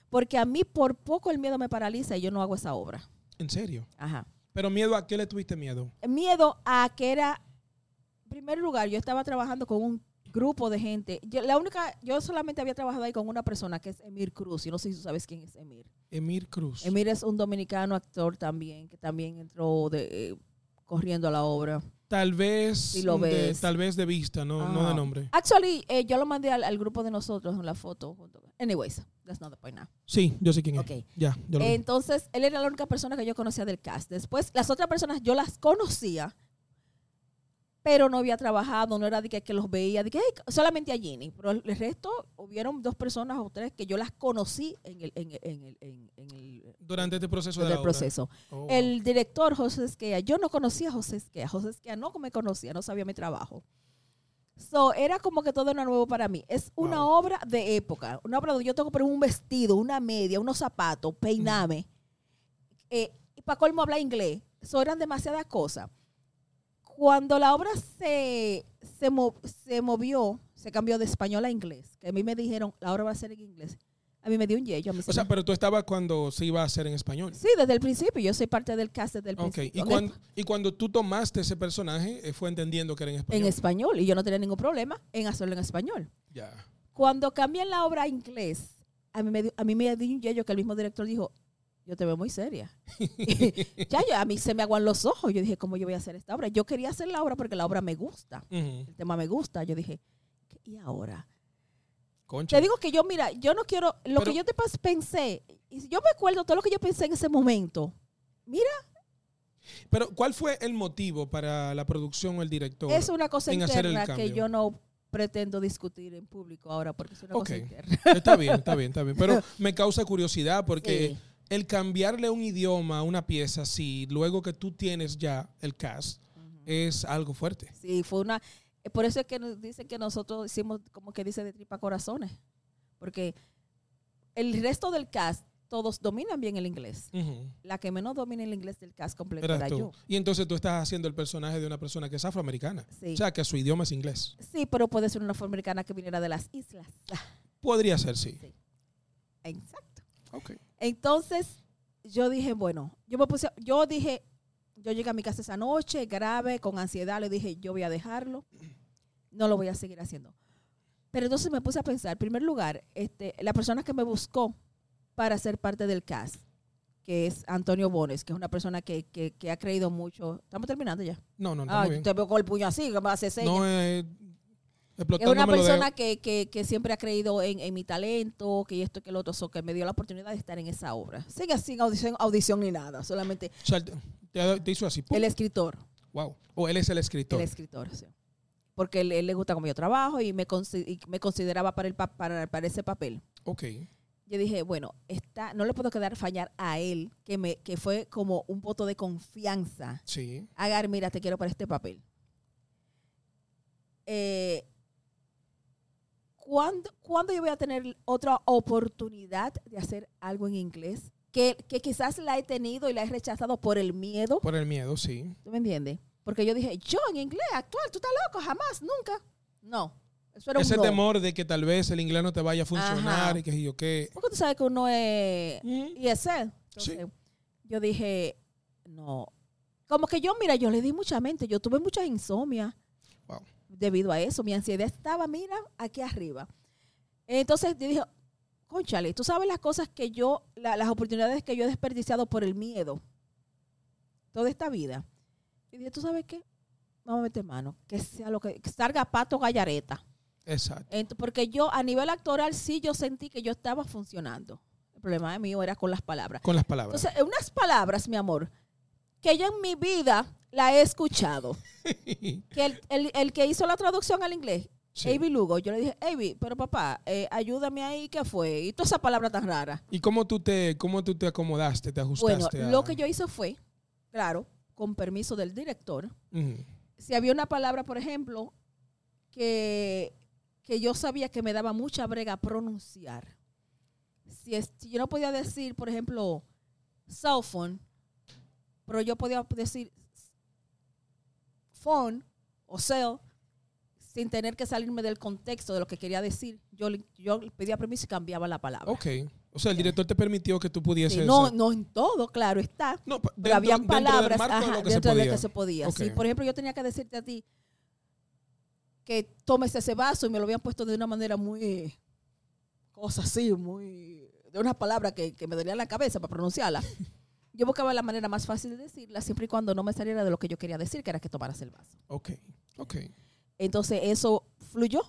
[SPEAKER 1] Porque a mí por poco el miedo me paraliza y yo no hago esa obra.
[SPEAKER 2] ¿En serio?
[SPEAKER 1] Ajá.
[SPEAKER 2] ¿Pero miedo a qué le tuviste miedo?
[SPEAKER 1] El miedo a que era, en primer lugar, yo estaba trabajando con un grupo de gente. Yo, la única, yo solamente había trabajado ahí con una persona que es Emir Cruz. Y no sé si tú sabes quién es Emir.
[SPEAKER 2] Emir Cruz.
[SPEAKER 1] Emir es un dominicano actor también, que también entró de, eh, corriendo a la obra.
[SPEAKER 2] Tal vez,
[SPEAKER 1] Si lo
[SPEAKER 2] de-
[SPEAKER 1] ves.
[SPEAKER 2] tal vez de vista, no, no de
[SPEAKER 1] Ah.
[SPEAKER 2] nombre.
[SPEAKER 1] Actually, eh, yo lo mandé al, al grupo de nosotros en la foto. junto- Anyways, that's not the point now.
[SPEAKER 2] Sí, yo sé quién es.
[SPEAKER 1] Ok.
[SPEAKER 2] Ya, yo lo vi.
[SPEAKER 1] Entonces, él era la única persona que yo conocía del cast. Después, las otras personas yo las conocía, pero no había trabajado, no era de que, que los veía, de que, "Ay, solamente a Ginny. Pero el el resto, hubieron dos personas o tres que yo las conocí en el, en el- en el- en- en el-
[SPEAKER 2] Durante este proceso de
[SPEAKER 1] en
[SPEAKER 2] la
[SPEAKER 1] el
[SPEAKER 2] obra.
[SPEAKER 1] proceso.
[SPEAKER 2] Oh, wow.
[SPEAKER 1] El director José Esquea, yo no conocía a José Esquea, José Esquea no me conocía, no sabía mi trabajo. So, era como que todo era nuevo para mí. Es una
[SPEAKER 2] Wow.
[SPEAKER 1] obra de época, una obra donde yo tengo que poner un vestido, una media, unos zapatos, peiname. Eh, y para colmo habla inglés. So, eran demasiadas cosas. Cuando la obra se, se, mo- se movió, se cambió de español a inglés, que a mí me dijeron, la obra va a ser en inglés. A mí me dio un yello. A mí se
[SPEAKER 2] O sea,
[SPEAKER 1] me-
[SPEAKER 2] pero tú estabas cuando se iba a hacer en español.
[SPEAKER 1] Sí, desde el principio. Yo soy parte del cast desde el
[SPEAKER 2] Ok,
[SPEAKER 1] principio.
[SPEAKER 2] y cuando, y cuando tú tomaste ese personaje, eh, fue entendiendo que era en español.
[SPEAKER 1] en español y yo no tenía ningún problema en hacerlo en español.
[SPEAKER 2] ya.
[SPEAKER 1] Cuando cambian la obra a inglés, a mí me dio, a mí me dio un yello que el mismo director dijo, yo te veo muy seria. ya yo, a mí se me aguan los ojos. Yo dije, ¿cómo yo voy a hacer esta obra? Yo quería hacer la obra porque la obra me gusta.
[SPEAKER 2] Ujú.
[SPEAKER 1] El tema me gusta. Yo dije, "¿Qué- ¿y ahora?
[SPEAKER 2] Concha.
[SPEAKER 1] Te digo que yo, mira, yo no quiero, lo
[SPEAKER 2] Pero-
[SPEAKER 1] que yo te pas- pensé, y si yo me acuerdo todo lo que yo pensé en ese momento,
[SPEAKER 2] Pero, ¿cuál fue el motivo para la producción o el director?
[SPEAKER 1] es una cosa
[SPEAKER 2] en hacer el
[SPEAKER 1] interna que
[SPEAKER 2] cambio.
[SPEAKER 1] yo no pretendo discutir en público ahora porque es una
[SPEAKER 2] Ok.
[SPEAKER 1] cosa interna.
[SPEAKER 2] Eh, Está bien, está bien, está bien. Pero me causa curiosidad porque
[SPEAKER 1] Sí.
[SPEAKER 2] el cambiarle un idioma a una pieza, si luego que tú tienes ya el cast,
[SPEAKER 1] Ujú.
[SPEAKER 2] es algo fuerte.
[SPEAKER 1] Sí, fue una. eh, Por eso es que nos dicen que nosotros hicimos, como que dice, de tripa corazones. Porque el resto del cast, todos dominan bien el inglés.
[SPEAKER 2] Ujú.
[SPEAKER 1] La que menos domina el inglés del cast completo
[SPEAKER 2] Eras
[SPEAKER 1] era
[SPEAKER 2] tú.
[SPEAKER 1] yo.
[SPEAKER 2] Y entonces tú estás haciendo el personaje de una persona que es afroamericana.
[SPEAKER 1] Sí.
[SPEAKER 2] O sea, que su idioma es inglés.
[SPEAKER 1] Sí, pero puede ser una afroamericana que viniera de las islas.
[SPEAKER 2] Podría ser, sí.
[SPEAKER 1] Sí. Exacto.
[SPEAKER 2] Ok.
[SPEAKER 1] Entonces, yo dije, bueno, yo me puse, yo dije, yo llegué a mi casa esa noche, grave, con ansiedad, le dije, yo voy a dejarlo, no lo voy a seguir haciendo. Pero entonces me puse a pensar, en primer lugar, este, la persona que me buscó para ser parte del cast, que es Antonio Bones, que es una persona que, que- que ha creído mucho. Estamos terminando ya.
[SPEAKER 2] No, no, no.
[SPEAKER 1] Ah,
[SPEAKER 2] muy bien.
[SPEAKER 1] te veo con el puño así, que me hace señas.
[SPEAKER 2] No, eh,
[SPEAKER 1] Es una
[SPEAKER 2] explotándomelo de-
[SPEAKER 1] persona que, que- que siempre ha creído en, en mi talento, que esto, que lo otro, so que me dio la oportunidad de estar en esa obra. Sin, sin audición, audición ni nada, solamente
[SPEAKER 2] O sea, te, te hizo así. ¡pum!
[SPEAKER 1] el escritor.
[SPEAKER 2] wow. O él es el escritor.
[SPEAKER 1] El escritor, sí. Porque él, él le gusta como yo trabajo y me, consi- y me consideraba para, el pa- para, para ese papel.
[SPEAKER 2] ok.
[SPEAKER 1] Yo dije, bueno, está, no le puedo quedar fallar a él, que, me, que fue como un voto de confianza.
[SPEAKER 2] Sí.
[SPEAKER 1] Agar, mira, te quiero para este papel. Eh, ¿cuándo, cuándo yo voy a tener otra oportunidad de hacer algo en inglés? Que, que quizás la he tenido y la he rechazado por el miedo.
[SPEAKER 2] Por el miedo, sí.
[SPEAKER 1] ¿Tú me entiendes? Porque yo dije, yo en inglés, actual, tú estás loco, jamás, nunca. No. Eso era un
[SPEAKER 2] Ese
[SPEAKER 1] no.
[SPEAKER 2] temor de que tal vez el inglés no te vaya a funcionar
[SPEAKER 1] Ajá.
[SPEAKER 2] y que yo qué.
[SPEAKER 1] Porque tú sabes que uno es
[SPEAKER 2] Mm.
[SPEAKER 1] ESL.
[SPEAKER 2] Sí.
[SPEAKER 1] Entonces, yo dije, no. Como que yo, mira, yo le di mucha mente, yo tuve mucha insomnia.
[SPEAKER 2] Wow.
[SPEAKER 1] debido a eso. Mi ansiedad estaba, mira, aquí arriba. Entonces yo dije, conchale, tú sabes las cosas que yo, la- las oportunidades que yo he desperdiciado por el miedo, toda esta vida. Y dije, tú sabes qué, vamos a meter mano, que sea lo que, que salga pato gallareta.
[SPEAKER 2] Exacto.
[SPEAKER 1] Ent- porque yo a nivel actoral sí yo sentí que yo estaba funcionando. El problema mío era con las palabras.
[SPEAKER 2] Con las palabras.
[SPEAKER 1] Entonces, unas palabras, mi amor, que yo en mi vida la he escuchado. que el, el- el que hizo la traducción al inglés,
[SPEAKER 2] Sí.
[SPEAKER 1] Avi Lugo, yo le dije, Avi, pero papá, eh, ayúdame ahí, ¿qué fue? Y toda esa palabra tan rara.
[SPEAKER 2] ¿Y cómo tú te, cómo tú te acomodaste, te
[SPEAKER 1] Bueno,
[SPEAKER 2] ajustaste? a-
[SPEAKER 1] lo que yo hice fue, claro, con permiso del director,
[SPEAKER 2] Ujú.
[SPEAKER 1] si había una palabra, por ejemplo, que, que yo sabía que me daba mucha brega pronunciar. Si, es- si yo no podía decir, por ejemplo, cell phone, pero yo podía decir phone o cell sin tener que salirme del contexto de lo que quería decir. Yo, le- yo le pedía permiso y cambiaba la palabra.
[SPEAKER 2] Ok. O sea, el director te permitió que tú pudieses.
[SPEAKER 1] Sí, no, no en todo, claro está.
[SPEAKER 2] No, pa-
[SPEAKER 1] Pero
[SPEAKER 2] dentro-
[SPEAKER 1] habían
[SPEAKER 2] dentro del
[SPEAKER 1] palabras
[SPEAKER 2] marco de
[SPEAKER 1] ajá,
[SPEAKER 2] lo que se
[SPEAKER 1] dentro de lo
[SPEAKER 2] podía.
[SPEAKER 1] que se podía.
[SPEAKER 2] Ok.
[SPEAKER 1] Sí, por ejemplo, yo tenía que decirte a ti, que tomes ese vaso y me lo habían puesto de una manera muy, cosa así, muy, de una palabra que, que me dolía la cabeza para pronunciarla. Yo buscaba la manera más fácil de decirla, siempre y cuando no me saliera de lo que yo quería decir, que era que tomaras el vaso.
[SPEAKER 2] Ok, ok.
[SPEAKER 1] Entonces eso fluyó,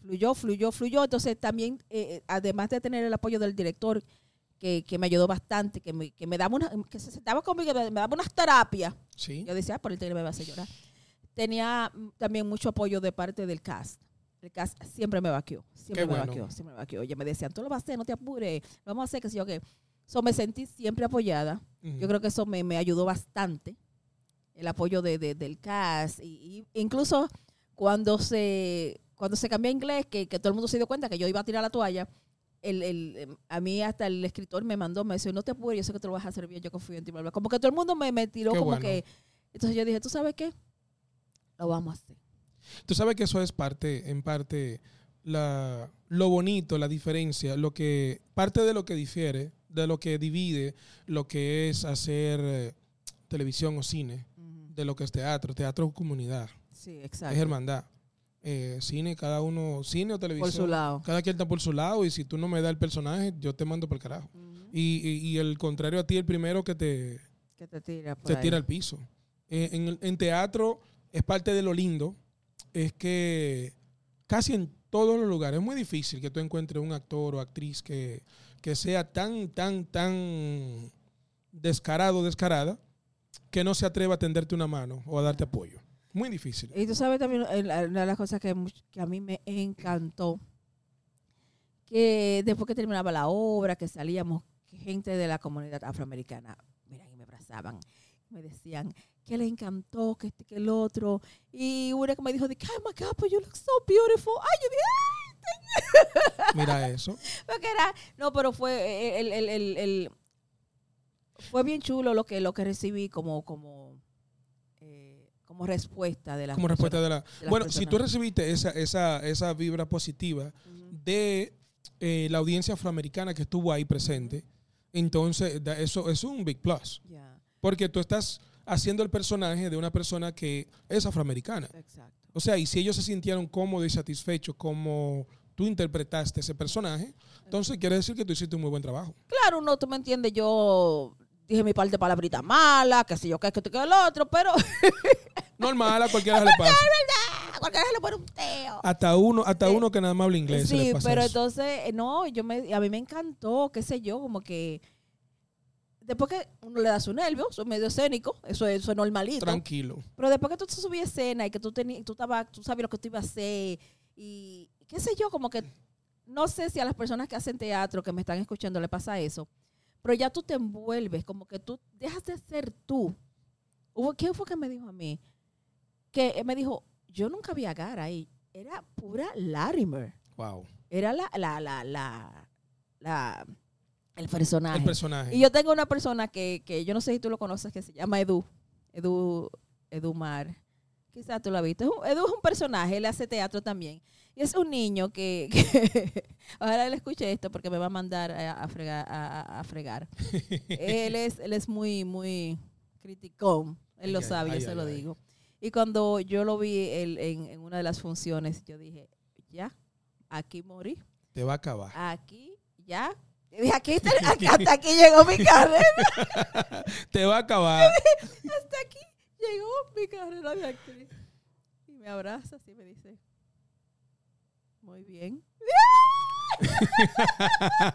[SPEAKER 1] fluyó, fluyó, fluyó. Entonces también, eh, además de tener el apoyo del director, que, que me ayudó bastante, que me, que me daba una, que se sentaba conmigo, me, me daba unas terapias.
[SPEAKER 2] Sí.
[SPEAKER 1] Yo decía, ah, por el trailer me va a hacer llorar. Tenía mm, también mucho apoyo de parte del cast. El cast siempre me vaqueó, siempre
[SPEAKER 2] Qué
[SPEAKER 1] me
[SPEAKER 2] bueno.
[SPEAKER 1] vaqueó, siempre me vaqueó. Oye, me decían, tú lo vas a hacer, no te apures, lo vamos a hacer, que sé yo qué. So, me sentí siempre apoyada.
[SPEAKER 2] Ujú.
[SPEAKER 1] Yo creo que eso me, me ayudó bastante, el apoyo de, de- del CAS. Y, y incluso cuando se, cuando se cambió a inglés, que, que todo el mundo se dio cuenta que yo iba a tirar la toalla, el, el, em, a mí hasta el escritor me mandó, me decía, no te apures, yo sé que te lo vas a hacer bien, yo confío en ti. bla, bla". Como que todo el mundo me, me tiró
[SPEAKER 2] Qué
[SPEAKER 1] como
[SPEAKER 2] bueno.
[SPEAKER 1] que... Entonces yo dije, ¿tú sabes qué? Lo vamos a hacer.
[SPEAKER 2] Tú sabes que eso es parte, en parte, la, lo bonito, la diferencia, lo que, parte de lo que difiere, de lo que divide lo que es hacer eh, televisión o cine, de lo que es teatro. Teatro es comunidad,
[SPEAKER 1] Sí, exacto.
[SPEAKER 2] es hermandad. Eh, cine, cada uno, cine o televisión.
[SPEAKER 1] Por su lado.
[SPEAKER 2] Cada quien está por su lado y si tú no me das el personaje, yo te mando por el carajo. Y, y- y el contrario a ti, el primero que te,
[SPEAKER 1] Que te tira por
[SPEAKER 2] se
[SPEAKER 1] ahí.
[SPEAKER 2] tira al piso. Eh, En, el- en teatro es parte de lo lindo, es que casi en todos los lugares es muy difícil que tú encuentres un actor o actriz que, que sea tan, tan, tan descarado o descarada que no se atreva a tenderte una mano o a darte apoyo. Muy difícil.
[SPEAKER 1] Y tú sabes también eh, la- una de las cosas que, much- que a mí me encantó, que después que terminaba la obra, que salíamos, que gente de la comunidad afroamericana, miran y me abrazaban, me decían que le encantó, que este, que el otro, y una que me dijo, de que, oh my God, but you look so beautiful, ay, yo dije,
[SPEAKER 2] Mira eso.
[SPEAKER 1] "Ah", que era, no, pero fue eh, el, el- el- el- fue bien chulo lo que, lo que recibí como, como, eh, como respuesta de la
[SPEAKER 2] Como respuesta de la...
[SPEAKER 1] las
[SPEAKER 2] Bueno, si tú
[SPEAKER 1] personas.
[SPEAKER 2] recibiste esa, esa, esa vibra positiva de eh, la audiencia afroamericana que estuvo ahí presente, entonces da- eso es un big plus. Porque tú estás haciendo el personaje de una persona que es afroamericana.
[SPEAKER 1] exacto.
[SPEAKER 2] O sea, y si ellos se sintieron cómodos y satisfechos como tú interpretaste ese personaje, entonces quiere decir que tú hiciste un muy buen trabajo.
[SPEAKER 1] Claro, no, tú me entiendes, yo dije mi parte de palabrita mala, que sé yo, que es que te queda el otro, pero
[SPEAKER 2] Normal, a cualquiera se le pasa.
[SPEAKER 1] a cualquiera se le pone un teo.
[SPEAKER 2] Hasta uno, hasta uno que nada más habla inglés se le
[SPEAKER 1] Sí,
[SPEAKER 2] pasa
[SPEAKER 1] pero
[SPEAKER 2] eso.
[SPEAKER 1] entonces, eh, no, yo me, a mí me encantó, qué sé yo, como que después que uno le da su nervio, eso es medio escénico, eso, es- eso es normalito.
[SPEAKER 2] Tranquilo.
[SPEAKER 1] Pero después que tú te subías a escena y que tú tenías, tú, estabas- tú sabías lo que tú ibas a hacer y qué sé yo, como que no sé si a las personas que hacen teatro que me están escuchando le pasa eso, pero ya tú te envuelves, como que tú dejas de ser tú. Hubo, ¿Quién fue que me dijo a mí? Que eh, me dijo, yo nunca vi a Gara ahí, era pura Larimer,
[SPEAKER 2] Wow.
[SPEAKER 1] era la, la, la, la, la- el personaje.
[SPEAKER 2] El personaje.
[SPEAKER 1] Y yo tengo una persona que, que yo no sé si tú lo conoces, que se llama Edu. Edu, Edu Mar. Quizás tú lo has visto. Es un- Edu es un personaje, él hace teatro también. Y es un niño que... que- ahora él escuche esto porque me va a mandar a, a fregar. a- a- a fregar. él, es, él es muy, muy criticón. Él lo
[SPEAKER 2] Ay, ay,
[SPEAKER 1] sabe,
[SPEAKER 2] ay,
[SPEAKER 1] yo se
[SPEAKER 2] ay,
[SPEAKER 1] lo
[SPEAKER 2] ay.
[SPEAKER 1] digo. Y cuando yo lo vi él en, en una de las funciones, yo dije, ya, aquí morí
[SPEAKER 2] Te va a acabar.
[SPEAKER 1] aquí ya. Y dije, aquí, ter- aquí- hasta aquí llegó mi carrera.
[SPEAKER 2] Te va a acabar.
[SPEAKER 1] Hasta aquí llegó mi carrera de actriz. Y me abraza y me dice, muy bien.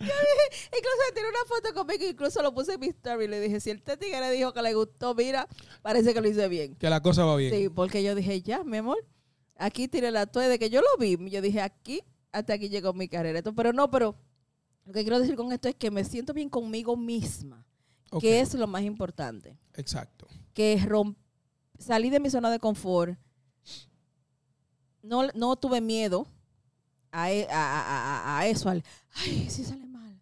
[SPEAKER 1] Yo dije, incluso él tiene una foto conmigo, incluso lo puse en mi story. Le dije, si el Teti le dijo que le gustó, mira, parece que lo hice bien.
[SPEAKER 2] que la cosa va bien.
[SPEAKER 1] Sí, porque yo dije, ya, mi amor, aquí tiré la toalla de que yo lo vi. Yo dije, aquí, hasta aquí llegó mi carrera. Esto- pero no, pero lo que quiero decir con esto es que me siento bien conmigo misma,
[SPEAKER 2] Ok,
[SPEAKER 1] que es lo más importante.
[SPEAKER 2] Exacto.
[SPEAKER 1] Que rom- salí de mi zona de confort, no, no tuve miedo a, e- a- a- a- a eso, al, ay, si sale mal,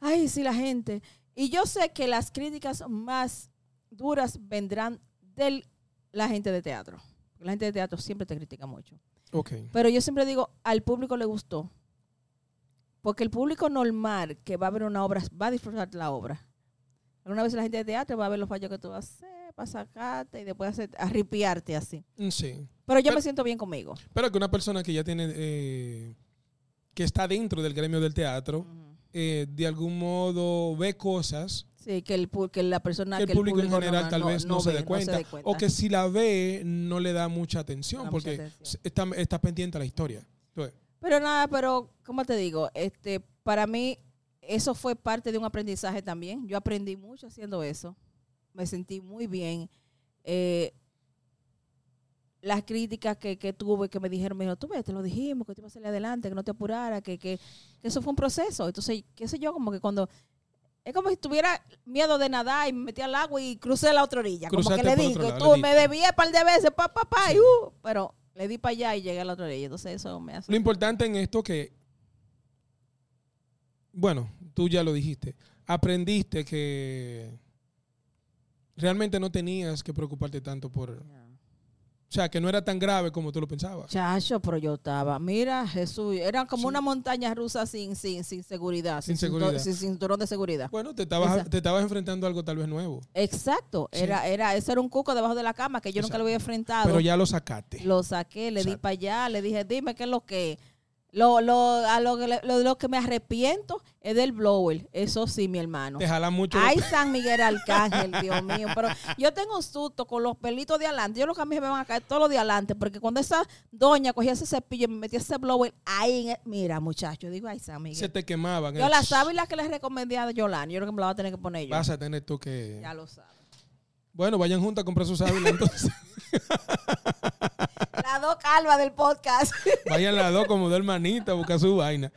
[SPEAKER 1] ay, si la gente. Y yo sé que las críticas más duras vendrán de la gente de teatro. La gente de teatro siempre te critica mucho.
[SPEAKER 2] Ok.
[SPEAKER 1] Pero yo siempre digo, al público le gustó. Porque el público normal que va a ver una obra va a disfrutar la obra. Alguna vez la gente de teatro va a ver los fallos que tú vas a hacer, para sacarte y después hacer, arripiarte así.
[SPEAKER 2] Mm, Sí.
[SPEAKER 1] Pero yo
[SPEAKER 2] Pero-
[SPEAKER 1] me siento bien conmigo.
[SPEAKER 2] Pero que una persona que ya tiene, eh, que está dentro del gremio del teatro,
[SPEAKER 1] Ujú.
[SPEAKER 2] eh, de algún modo ve cosas
[SPEAKER 1] Sí, que, el, pu- que la persona.
[SPEAKER 2] que el público en general tal vez no, se
[SPEAKER 1] ve,
[SPEAKER 2] dé cuenta, o que si la ve no le da mucha atención
[SPEAKER 1] No da mucha
[SPEAKER 2] porque
[SPEAKER 1] atención.
[SPEAKER 2] s- está, está pendiente a la historia. Entonces,
[SPEAKER 1] Pero nada, pero, ¿cómo te digo? este Para mí, eso fue parte de un aprendizaje también. Yo aprendí mucho haciendo eso. Me sentí muy bien. Eh, las críticas que, que tuve, que me dijeron, me dijo, tú ves, te lo dijimos, que te iba a salir adelante, que no te apurara, que, que, que eso fue un proceso. Entonces, qué sé yo, como que cuando... Es como si tuviera miedo de nadar y me metí al agua y crucé la otra orilla. como
[SPEAKER 2] Cruzaste
[SPEAKER 1] que
[SPEAKER 2] por
[SPEAKER 1] le di,
[SPEAKER 2] otro lado,
[SPEAKER 1] tú
[SPEAKER 2] le
[SPEAKER 1] me
[SPEAKER 2] diste.
[SPEAKER 1] debía un par de veces, pa, pa, pa, y,
[SPEAKER 2] Sí.
[SPEAKER 1] uh, pero le di para allá y llegué a la otra orilla. Entonces, eso me hace...
[SPEAKER 2] lo importante en esto que, bueno, tú ya lo dijiste, aprendiste que realmente no tenías que preocuparte tanto por, o sea, que no era tan grave como tú lo pensabas.
[SPEAKER 1] Chacho, pero yo estaba, mira, Jesús, era como
[SPEAKER 2] Sí.
[SPEAKER 1] una montaña rusa sin, sin, sin seguridad,
[SPEAKER 2] Sin
[SPEAKER 1] cintu-
[SPEAKER 2] seguridad.
[SPEAKER 1] sin cinturón de seguridad.
[SPEAKER 2] Bueno, te estabas,
[SPEAKER 1] Esa-
[SPEAKER 2] te estabas enfrentando a algo tal vez nuevo,
[SPEAKER 1] Exacto,
[SPEAKER 2] Sí.
[SPEAKER 1] era, era, eso era un cuco debajo de la cama que yo nunca
[SPEAKER 2] Exacto.
[SPEAKER 1] lo había enfrentado.
[SPEAKER 2] pero ya lo sacaste.
[SPEAKER 1] Lo saqué, le di
[SPEAKER 2] Exacto.
[SPEAKER 1] para allá, le dije, dime qué es lo que. Lo, lo, a lo, que le- lo, lo que me arrepiento es del blower, eso sí, mi hermano.
[SPEAKER 2] Te jala mucho.
[SPEAKER 1] Ay, San Miguel Arcángel, Dios mío. Pero yo tengo un susto con los pelitos de adelante. Yo los que a mí se me van a caer todos los de adelante. Porque cuando esa doña cogía ese cepillo y me metía ese blower ahí en el- Mira, muchacho, digo, ay, San
[SPEAKER 2] se
[SPEAKER 1] Miguel.
[SPEAKER 2] te quemaban.
[SPEAKER 1] Yo
[SPEAKER 2] eh.
[SPEAKER 1] las sábanas que les recomendé a Yolanda, yo creo que me la voy a tener que poner yo.
[SPEAKER 2] Vas a tener tú que...
[SPEAKER 1] Ya lo sabes.
[SPEAKER 2] Bueno, vayan juntas a comprar sus sábanas entonces.
[SPEAKER 1] Las dos calvas del podcast.
[SPEAKER 2] Vayan las dos como de hermanita a buscar su vaina.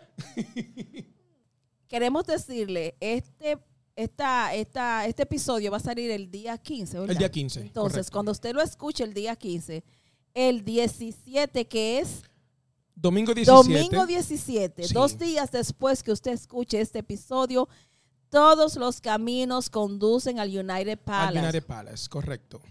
[SPEAKER 1] Queremos decirle, este, esta, esta, este episodio va a salir el día 15, ¿verdad?
[SPEAKER 2] El día 15.
[SPEAKER 1] Entonces,
[SPEAKER 2] correcto.
[SPEAKER 1] cuando usted lo escuche el día 15, el 17 que es...
[SPEAKER 2] Domingo 17.
[SPEAKER 1] Domingo 17,
[SPEAKER 2] Sí.
[SPEAKER 1] dos días después que usted escuche este episodio, todos los caminos conducen al United
[SPEAKER 2] al
[SPEAKER 1] Palace.
[SPEAKER 2] Binario Palace, correcto.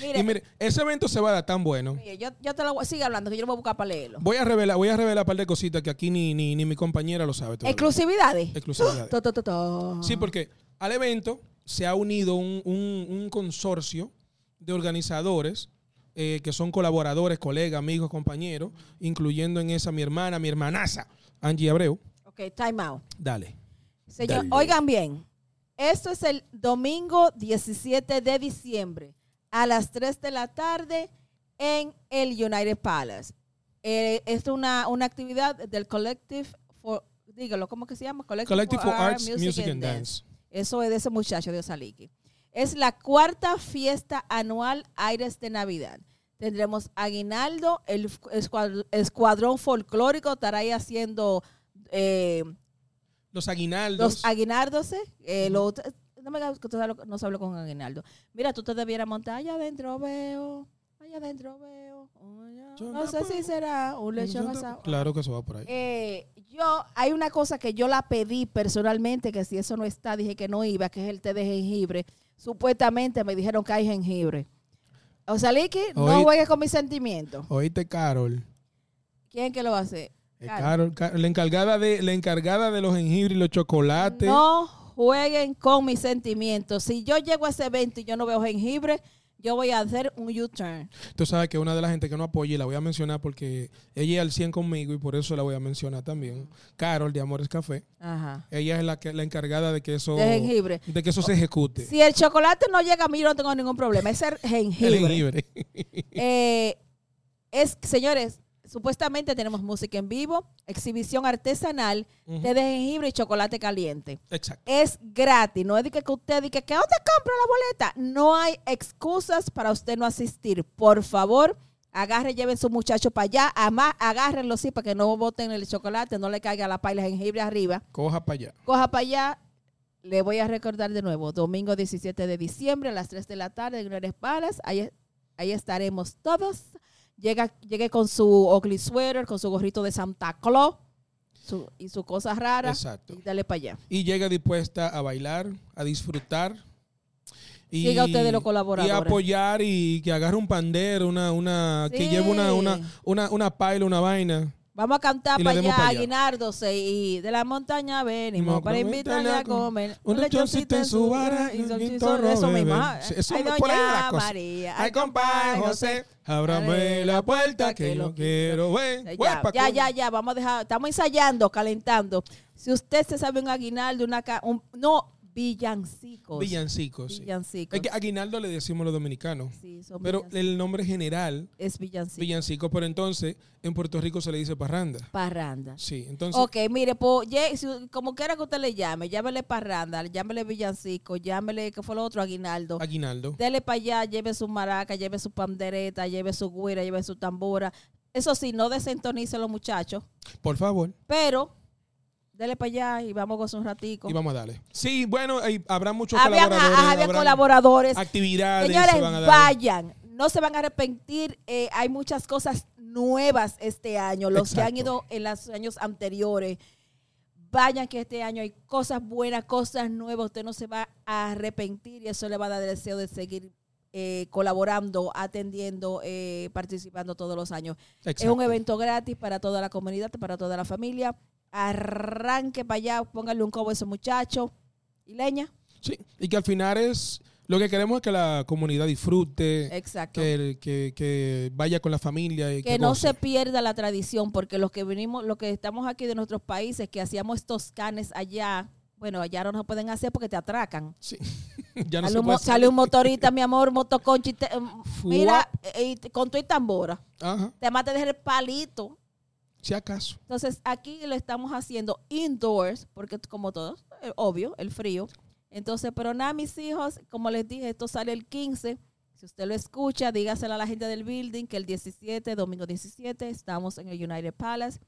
[SPEAKER 1] Mire,
[SPEAKER 2] Y mire, ese evento se va a dar tan bueno.
[SPEAKER 1] mire, yo, yo te lo voy, sigue hablando, que yo lo voy a buscar para leerlo.
[SPEAKER 2] Voy a revelar, voy a revelar un par de cositas que aquí ni, ni, ni mi compañera lo sabe todavía.
[SPEAKER 1] Exclusividades.
[SPEAKER 2] Exclusividad.
[SPEAKER 1] To, to, to, to.
[SPEAKER 2] Sí, porque al evento se ha unido un, un- un consorcio de organizadores eh, que son colaboradores, colegas, amigos, compañeros, incluyendo en esa mi hermana, mi hermanaza, Angie Abreu.
[SPEAKER 1] Ok, time out.
[SPEAKER 2] Dale.
[SPEAKER 1] Señor,
[SPEAKER 2] Dale.
[SPEAKER 1] oigan bien, esto es el domingo 17 de diciembre a las 3 de la tarde en el United Palace. Eh, es una, una actividad del Collective for, dígalo, ¿cómo que se llama?
[SPEAKER 2] Collective for Arts, Music and Dance.
[SPEAKER 1] Eso es de ese muchacho de Osaliki. Es la cuarta fiesta anual Aires de Navidad. Tendremos Aguinaldo, el f- escuad- escuadrón folclórico estará ahí haciendo... eh,
[SPEAKER 2] Los aguinaldos.
[SPEAKER 1] los aguinaldos, eh, eh, lo otro- no me hagas que tú sabes lo- no se hablo con aguinaldo. Mira, tú te debieras montar allá adentro, veo. Allá adentro, veo. allá-
[SPEAKER 2] Yo
[SPEAKER 1] No sé
[SPEAKER 2] no puedo.
[SPEAKER 1] si será un lechón
[SPEAKER 2] Yo te-
[SPEAKER 1] asado.
[SPEAKER 2] Claro que eso va por ahí.
[SPEAKER 1] Eh, yo, hay una cosa que yo la pedí personalmente, que si eso no está, dije que no iba, que es el té de jengibre. Supuestamente me dijeron que hay jengibre. O sea, Liki, no
[SPEAKER 2] Oí-
[SPEAKER 1] juegues con mis sentimientos.
[SPEAKER 2] Oíste, Carol.
[SPEAKER 1] ¿Quién que lo va a hacer?
[SPEAKER 2] Eh,
[SPEAKER 1] Carol.
[SPEAKER 2] Carol, Ca- la, encargada de, la encargada de los jengibres y los chocolates.
[SPEAKER 1] No jueguen con mis sentimientos. Si yo llego a ese evento y yo no veo jengibre, yo voy a hacer un U-turn.
[SPEAKER 2] Tú sabes que una de la gente que no apoya, y la voy a mencionar porque ella es al 100 conmigo y por eso la voy a mencionar también. Carol de Amores Café.
[SPEAKER 1] Ajá.
[SPEAKER 2] Ella es la, que, la encargada de que eso,
[SPEAKER 1] De jengibre.
[SPEAKER 2] de que eso se ejecute.
[SPEAKER 1] Si el chocolate no llega a mí, yo no tengo ningún problema. Es el
[SPEAKER 2] El
[SPEAKER 1] jengibre.
[SPEAKER 2] jengibre.
[SPEAKER 1] Eh, es, señores, supuestamente tenemos música en vivo, exhibición artesanal,
[SPEAKER 2] Ujú.
[SPEAKER 1] té de jengibre y chocolate caliente.
[SPEAKER 2] Exacto.
[SPEAKER 1] Es gratis, no es de que que usted diga que dónde compra la boleta. No hay excusas para usted no asistir. Por favor, agarre, lleven su muchacho para allá. Además, agárrenlo sí para que no boten el chocolate, no le caiga la paila de jengibre arriba.
[SPEAKER 2] Coja para allá.
[SPEAKER 1] Coja para allá. Le voy a recordar de nuevo, domingo 17 de diciembre a las 3 de la tarde en Nueve Palas. Ahí, ahí estaremos todos. Llega, llegue con su Oakley sweater, con su gorrito de Santa Claus su- y su cosa rara.
[SPEAKER 2] Exacto.
[SPEAKER 1] Y dale para allá.
[SPEAKER 2] Y llega dispuesta a bailar, a disfrutar. Y,
[SPEAKER 1] Llega usted de los
[SPEAKER 2] Y
[SPEAKER 1] colaboradores.
[SPEAKER 2] apoyar y que agarre un pandero, una, una, que
[SPEAKER 1] Sí.
[SPEAKER 2] lleve una, una, una, una paila, una vaina.
[SPEAKER 1] Vamos a cantar
[SPEAKER 2] Y le
[SPEAKER 1] para
[SPEAKER 2] demos
[SPEAKER 1] allá,
[SPEAKER 2] pa' allá.
[SPEAKER 1] Aguinaldo, sí, y de la montaña venimos
[SPEAKER 2] Vamos
[SPEAKER 1] para
[SPEAKER 2] a
[SPEAKER 1] invitarle a
[SPEAKER 2] comer
[SPEAKER 1] comer
[SPEAKER 2] un lechoncito en su vara y un guitarro
[SPEAKER 1] Eso
[SPEAKER 2] bebé.
[SPEAKER 1] mismo. ¿eh?
[SPEAKER 2] Sí, eso
[SPEAKER 1] ay,
[SPEAKER 2] me- por ahí va la
[SPEAKER 1] doña
[SPEAKER 2] cosa.
[SPEAKER 1] María.
[SPEAKER 2] Ay, compadre José, ábrame la puerta que lo quiero ver.
[SPEAKER 1] Ya,
[SPEAKER 2] Huepa,
[SPEAKER 1] ya,
[SPEAKER 2] coño.
[SPEAKER 1] ya, ya, vamos a dejar, estamos ensayando, calentando. Si usted se sabe un aguinaldo, una ca- un, no, villancicos.
[SPEAKER 2] Villancicos. sí.
[SPEAKER 1] pues. Villancicos.
[SPEAKER 2] Es que Aguinaldo le decimos los dominicanos.
[SPEAKER 1] Sí, son
[SPEAKER 2] Pero
[SPEAKER 1] villancicos.
[SPEAKER 2] el nombre general,
[SPEAKER 1] es villancico.
[SPEAKER 2] villancico, pero entonces en Puerto Rico se le dice parranda.
[SPEAKER 1] Parranda.
[SPEAKER 2] Sí, entonces.
[SPEAKER 1] Ok, mire, po, ye- si- como quiera que usted le llame, llámele parranda, llámele villancico, llámele, ¿qué fue lo otro? Aguinaldo.
[SPEAKER 2] Aguinaldo.
[SPEAKER 1] Dele para allá, lleve su maraca, lleve su pandereta, lleve su güira, lleve su tambora. Eso sí, no desentonice los muchachos,
[SPEAKER 2] Por favor.
[SPEAKER 1] pero dele para allá y vamos a gozar un ratico.
[SPEAKER 2] Y vamos a darle. Sí, bueno, ahí habrá muchos
[SPEAKER 1] Habían,
[SPEAKER 2] colaboradores.
[SPEAKER 1] ajá, habían
[SPEAKER 2] habrán
[SPEAKER 1] colaboradores.
[SPEAKER 2] Actividades se
[SPEAKER 1] Señores,
[SPEAKER 2] van a dar.
[SPEAKER 1] vayan. No se van a arrepentir. eh, hay muchas cosas nuevas este año. Los que han
[SPEAKER 2] Exacto.
[SPEAKER 1] ido en los años anteriores. Vayan que este año hay cosas buenas, cosas nuevas. Usted no se va a arrepentir y eso le va a dar el deseo de seguir eh, colaborando, atendiendo, eh, participando todos los años.
[SPEAKER 2] Exacto.
[SPEAKER 1] Es un evento gratis para toda la comunidad, para toda la familia. Arranque para allá, póngale un cobo a ese muchacho. Y leña.
[SPEAKER 2] Sí, y que al final es. Lo que queremos es que la comunidad disfrute,
[SPEAKER 1] Exacto.
[SPEAKER 2] Eh, que, el- que, que vaya con la familia. Y
[SPEAKER 1] que no
[SPEAKER 2] goce.
[SPEAKER 1] se pierda la tradición, porque los que venimos, los que estamos aquí de nuestros países, que hacíamos estos canes allá, bueno, allá no nos pueden hacer porque te atracan.
[SPEAKER 2] ya no
[SPEAKER 1] sale,
[SPEAKER 2] se
[SPEAKER 1] un,
[SPEAKER 2] puede
[SPEAKER 1] mo-
[SPEAKER 2] hacer.
[SPEAKER 1] sale un motorista, mi amor, motoconchi, te- eh, mira, eh, y te- con tu y tambora,
[SPEAKER 2] Ajá,
[SPEAKER 1] te mata de el palito.
[SPEAKER 2] si acaso.
[SPEAKER 1] Entonces, aquí lo estamos haciendo indoors, porque t- como todos, eh, obvio, el frío. Entonces, pero nada, mis hijos, como les dije, esto sale el 15. Si usted lo escucha, dígaselo a la gente del building que el 17, domingo 17, estamos en el United Palace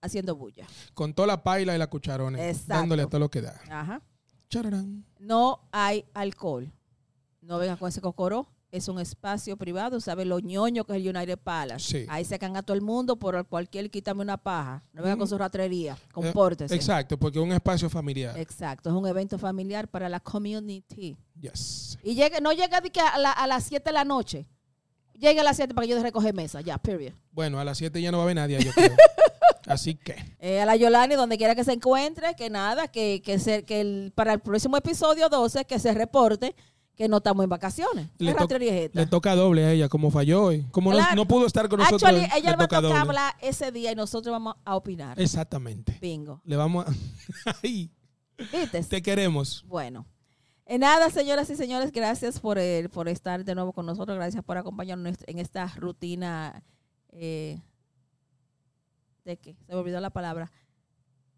[SPEAKER 1] haciendo bulla.
[SPEAKER 2] Con toda la paila y la cucharones.
[SPEAKER 1] Exacto.
[SPEAKER 2] Dándole hasta lo que da.
[SPEAKER 1] Ajá.
[SPEAKER 2] Chararán.
[SPEAKER 1] No hay alcohol. No venga con ese cocoró. Es un espacio privado, ¿sabe? Lo ñoño que es el United Palace.
[SPEAKER 2] Sí.
[SPEAKER 1] Ahí sacan a todo el mundo por cualquier quítame una paja. No venga con
[SPEAKER 2] Mm.
[SPEAKER 1] su ratrería. Compórtese.
[SPEAKER 2] Exacto, porque es un espacio familiar.
[SPEAKER 1] Exacto, es un evento familiar para la community.
[SPEAKER 2] Yes.
[SPEAKER 1] Y llegue, no llegue de que a, la- a las 7 de la noche. Llegue a las 7 para que yo recoge mesa, ya, period.
[SPEAKER 2] Bueno, a las 7 ya no va a haber nadie, yo creo. Así que,
[SPEAKER 1] Eh, a la Yolani, donde quiera que se encuentre, que nada, que, que, se- que el- para el próximo episodio 12, que se reporte que no estamos en vacaciones.
[SPEAKER 2] Le
[SPEAKER 1] ¿Qué
[SPEAKER 2] toc-
[SPEAKER 1] rastrería es esta?
[SPEAKER 2] le toca doble a ella, como falló hoy. Como no-
[SPEAKER 1] Claro.
[SPEAKER 2] no, pudo estar con nosotros,
[SPEAKER 1] Actually,
[SPEAKER 2] le
[SPEAKER 1] ella va a
[SPEAKER 2] toca
[SPEAKER 1] tocar
[SPEAKER 2] doble.
[SPEAKER 1] hablar ese día y nosotros vamos a opinar.
[SPEAKER 2] Exactamente.
[SPEAKER 1] Bingo.
[SPEAKER 2] Le vamos a... Ay,
[SPEAKER 1] ¿Viste?
[SPEAKER 2] te queremos.
[SPEAKER 1] Bueno. Eh, nada, señoras y señores, gracias por, el- por estar de nuevo con nosotros. Gracias por acompañarnos en esta rutina. eh, ¿De qué? Se me olvidó la palabra.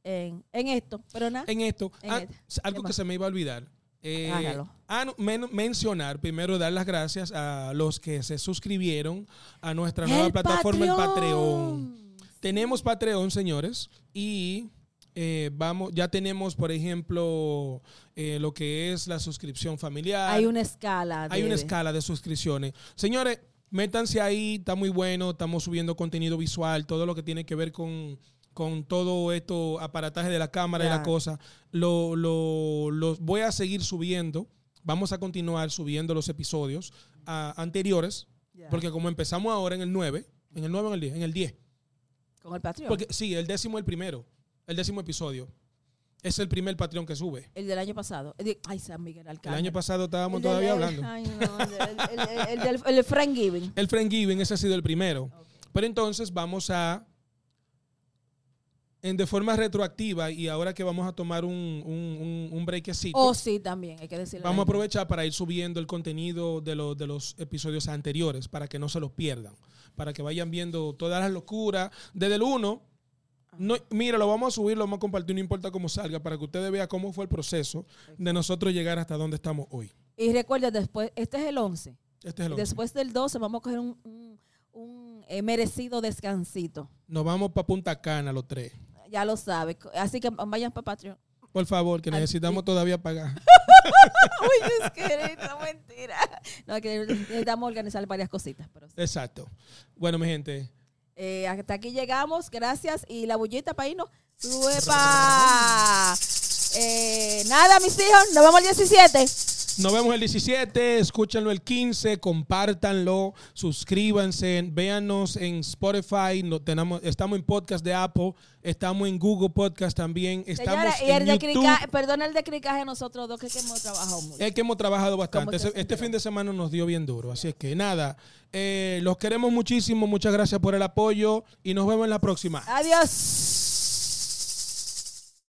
[SPEAKER 1] En, en esto, pero nada.
[SPEAKER 2] En esto,
[SPEAKER 1] En
[SPEAKER 2] ah,
[SPEAKER 1] esto.
[SPEAKER 2] algo
[SPEAKER 1] ¿Qué
[SPEAKER 2] que
[SPEAKER 1] más?
[SPEAKER 2] se me iba a olvidar. eh,
[SPEAKER 1] Hágalo.
[SPEAKER 2] ah, no, men- mencionar, primero dar las gracias a los que se suscribieron a nuestra nueva
[SPEAKER 1] El
[SPEAKER 2] plataforma, el Patreon.
[SPEAKER 1] Patreon.
[SPEAKER 2] Tenemos Patreon, señores, y eh, vamos, ya tenemos, por ejemplo, eh, lo que es la suscripción familiar.
[SPEAKER 1] Hay una escala.
[SPEAKER 2] Hay
[SPEAKER 1] de-
[SPEAKER 2] una escala de suscripciones. Señores, métanse ahí, está muy bueno, estamos subiendo contenido visual, todo lo que tiene que ver con, con todo esto, aparataje de la cámara y la
[SPEAKER 1] Ya.
[SPEAKER 2] cosa. Lo, lo, lo voy a seguir subiendo, vamos a continuar subiendo los episodios ah, anteriores,
[SPEAKER 1] Ya.
[SPEAKER 2] porque como empezamos ahora en el 9, en el 9 o en el 10, en el 10.
[SPEAKER 1] Con el Patreon.
[SPEAKER 2] Porque sí, el décimo el primero, el décimo episodio. Es el primer Patreon que sube.
[SPEAKER 1] el del año pasado. El de- ay, San Miguel
[SPEAKER 2] El
[SPEAKER 1] Alcántara.
[SPEAKER 2] año pasado estábamos
[SPEAKER 1] El del-
[SPEAKER 2] todavía
[SPEAKER 1] el-
[SPEAKER 2] hablando.
[SPEAKER 1] ay, no, el, el- el- el del el Friendsgiving.
[SPEAKER 2] El Friendsgiving, ese ha sido el primero. Pero entonces vamos a, en de forma retroactiva, y ahora que vamos a tomar un, un, un, un breakecito,
[SPEAKER 1] Oh, sí, también. Hay que decirlo.
[SPEAKER 2] vamos a aprovechar para ir subiendo el contenido de, los de los episodios anteriores, para que no se los pierdan, para que vayan viendo todas las locuras. Desde el 1, no, mira, lo vamos a subir, lo vamos a compartir, no importa cómo salga, para que ustedes vean cómo fue el proceso de nosotros llegar hasta donde estamos hoy.
[SPEAKER 1] Y recuerda, después, este es el 11.
[SPEAKER 2] Este es el 11.
[SPEAKER 1] Después del 12 vamos a coger un, un- un, eh, merecido descansito.
[SPEAKER 2] Nos vamos para Punta Cana, los tres.
[SPEAKER 1] Ya lo sabe. Así que vayan para Patreon.
[SPEAKER 2] Por favor, que
[SPEAKER 1] Al-
[SPEAKER 2] necesitamos todavía pagar.
[SPEAKER 1] Uy, es que no mentira. No, que necesitamos organizar varias cositas. Pero sí.
[SPEAKER 2] Exacto. Bueno, mi gente,
[SPEAKER 1] Eh, hasta aquí llegamos. Gracias. Y la bullita para irnos. ¡Uepa! Eh, nada, mis hijos. Nos vemos el 17.
[SPEAKER 2] Nos vemos el 17, escúchenlo el 15, compártanlo, suscríbanse, véanos en Spotify, no, tenemos, estamos en podcast de Apple, estamos en Google Podcast también, estamos
[SPEAKER 1] Señora, y el
[SPEAKER 2] en
[SPEAKER 1] de
[SPEAKER 2] YouTube. Eh,
[SPEAKER 1] cricaje, perdona el de cricaje, nosotros dos que, que hemos trabajado mucho.
[SPEAKER 2] Es que hemos trabajado bastante.
[SPEAKER 1] te
[SPEAKER 2] Ese- Este,
[SPEAKER 1] sentiste?
[SPEAKER 2] fin de semana nos dio bien duro. Así es que nada, eh, los queremos muchísimo. Muchas gracias por el apoyo y nos vemos en la próxima.
[SPEAKER 1] Adiós.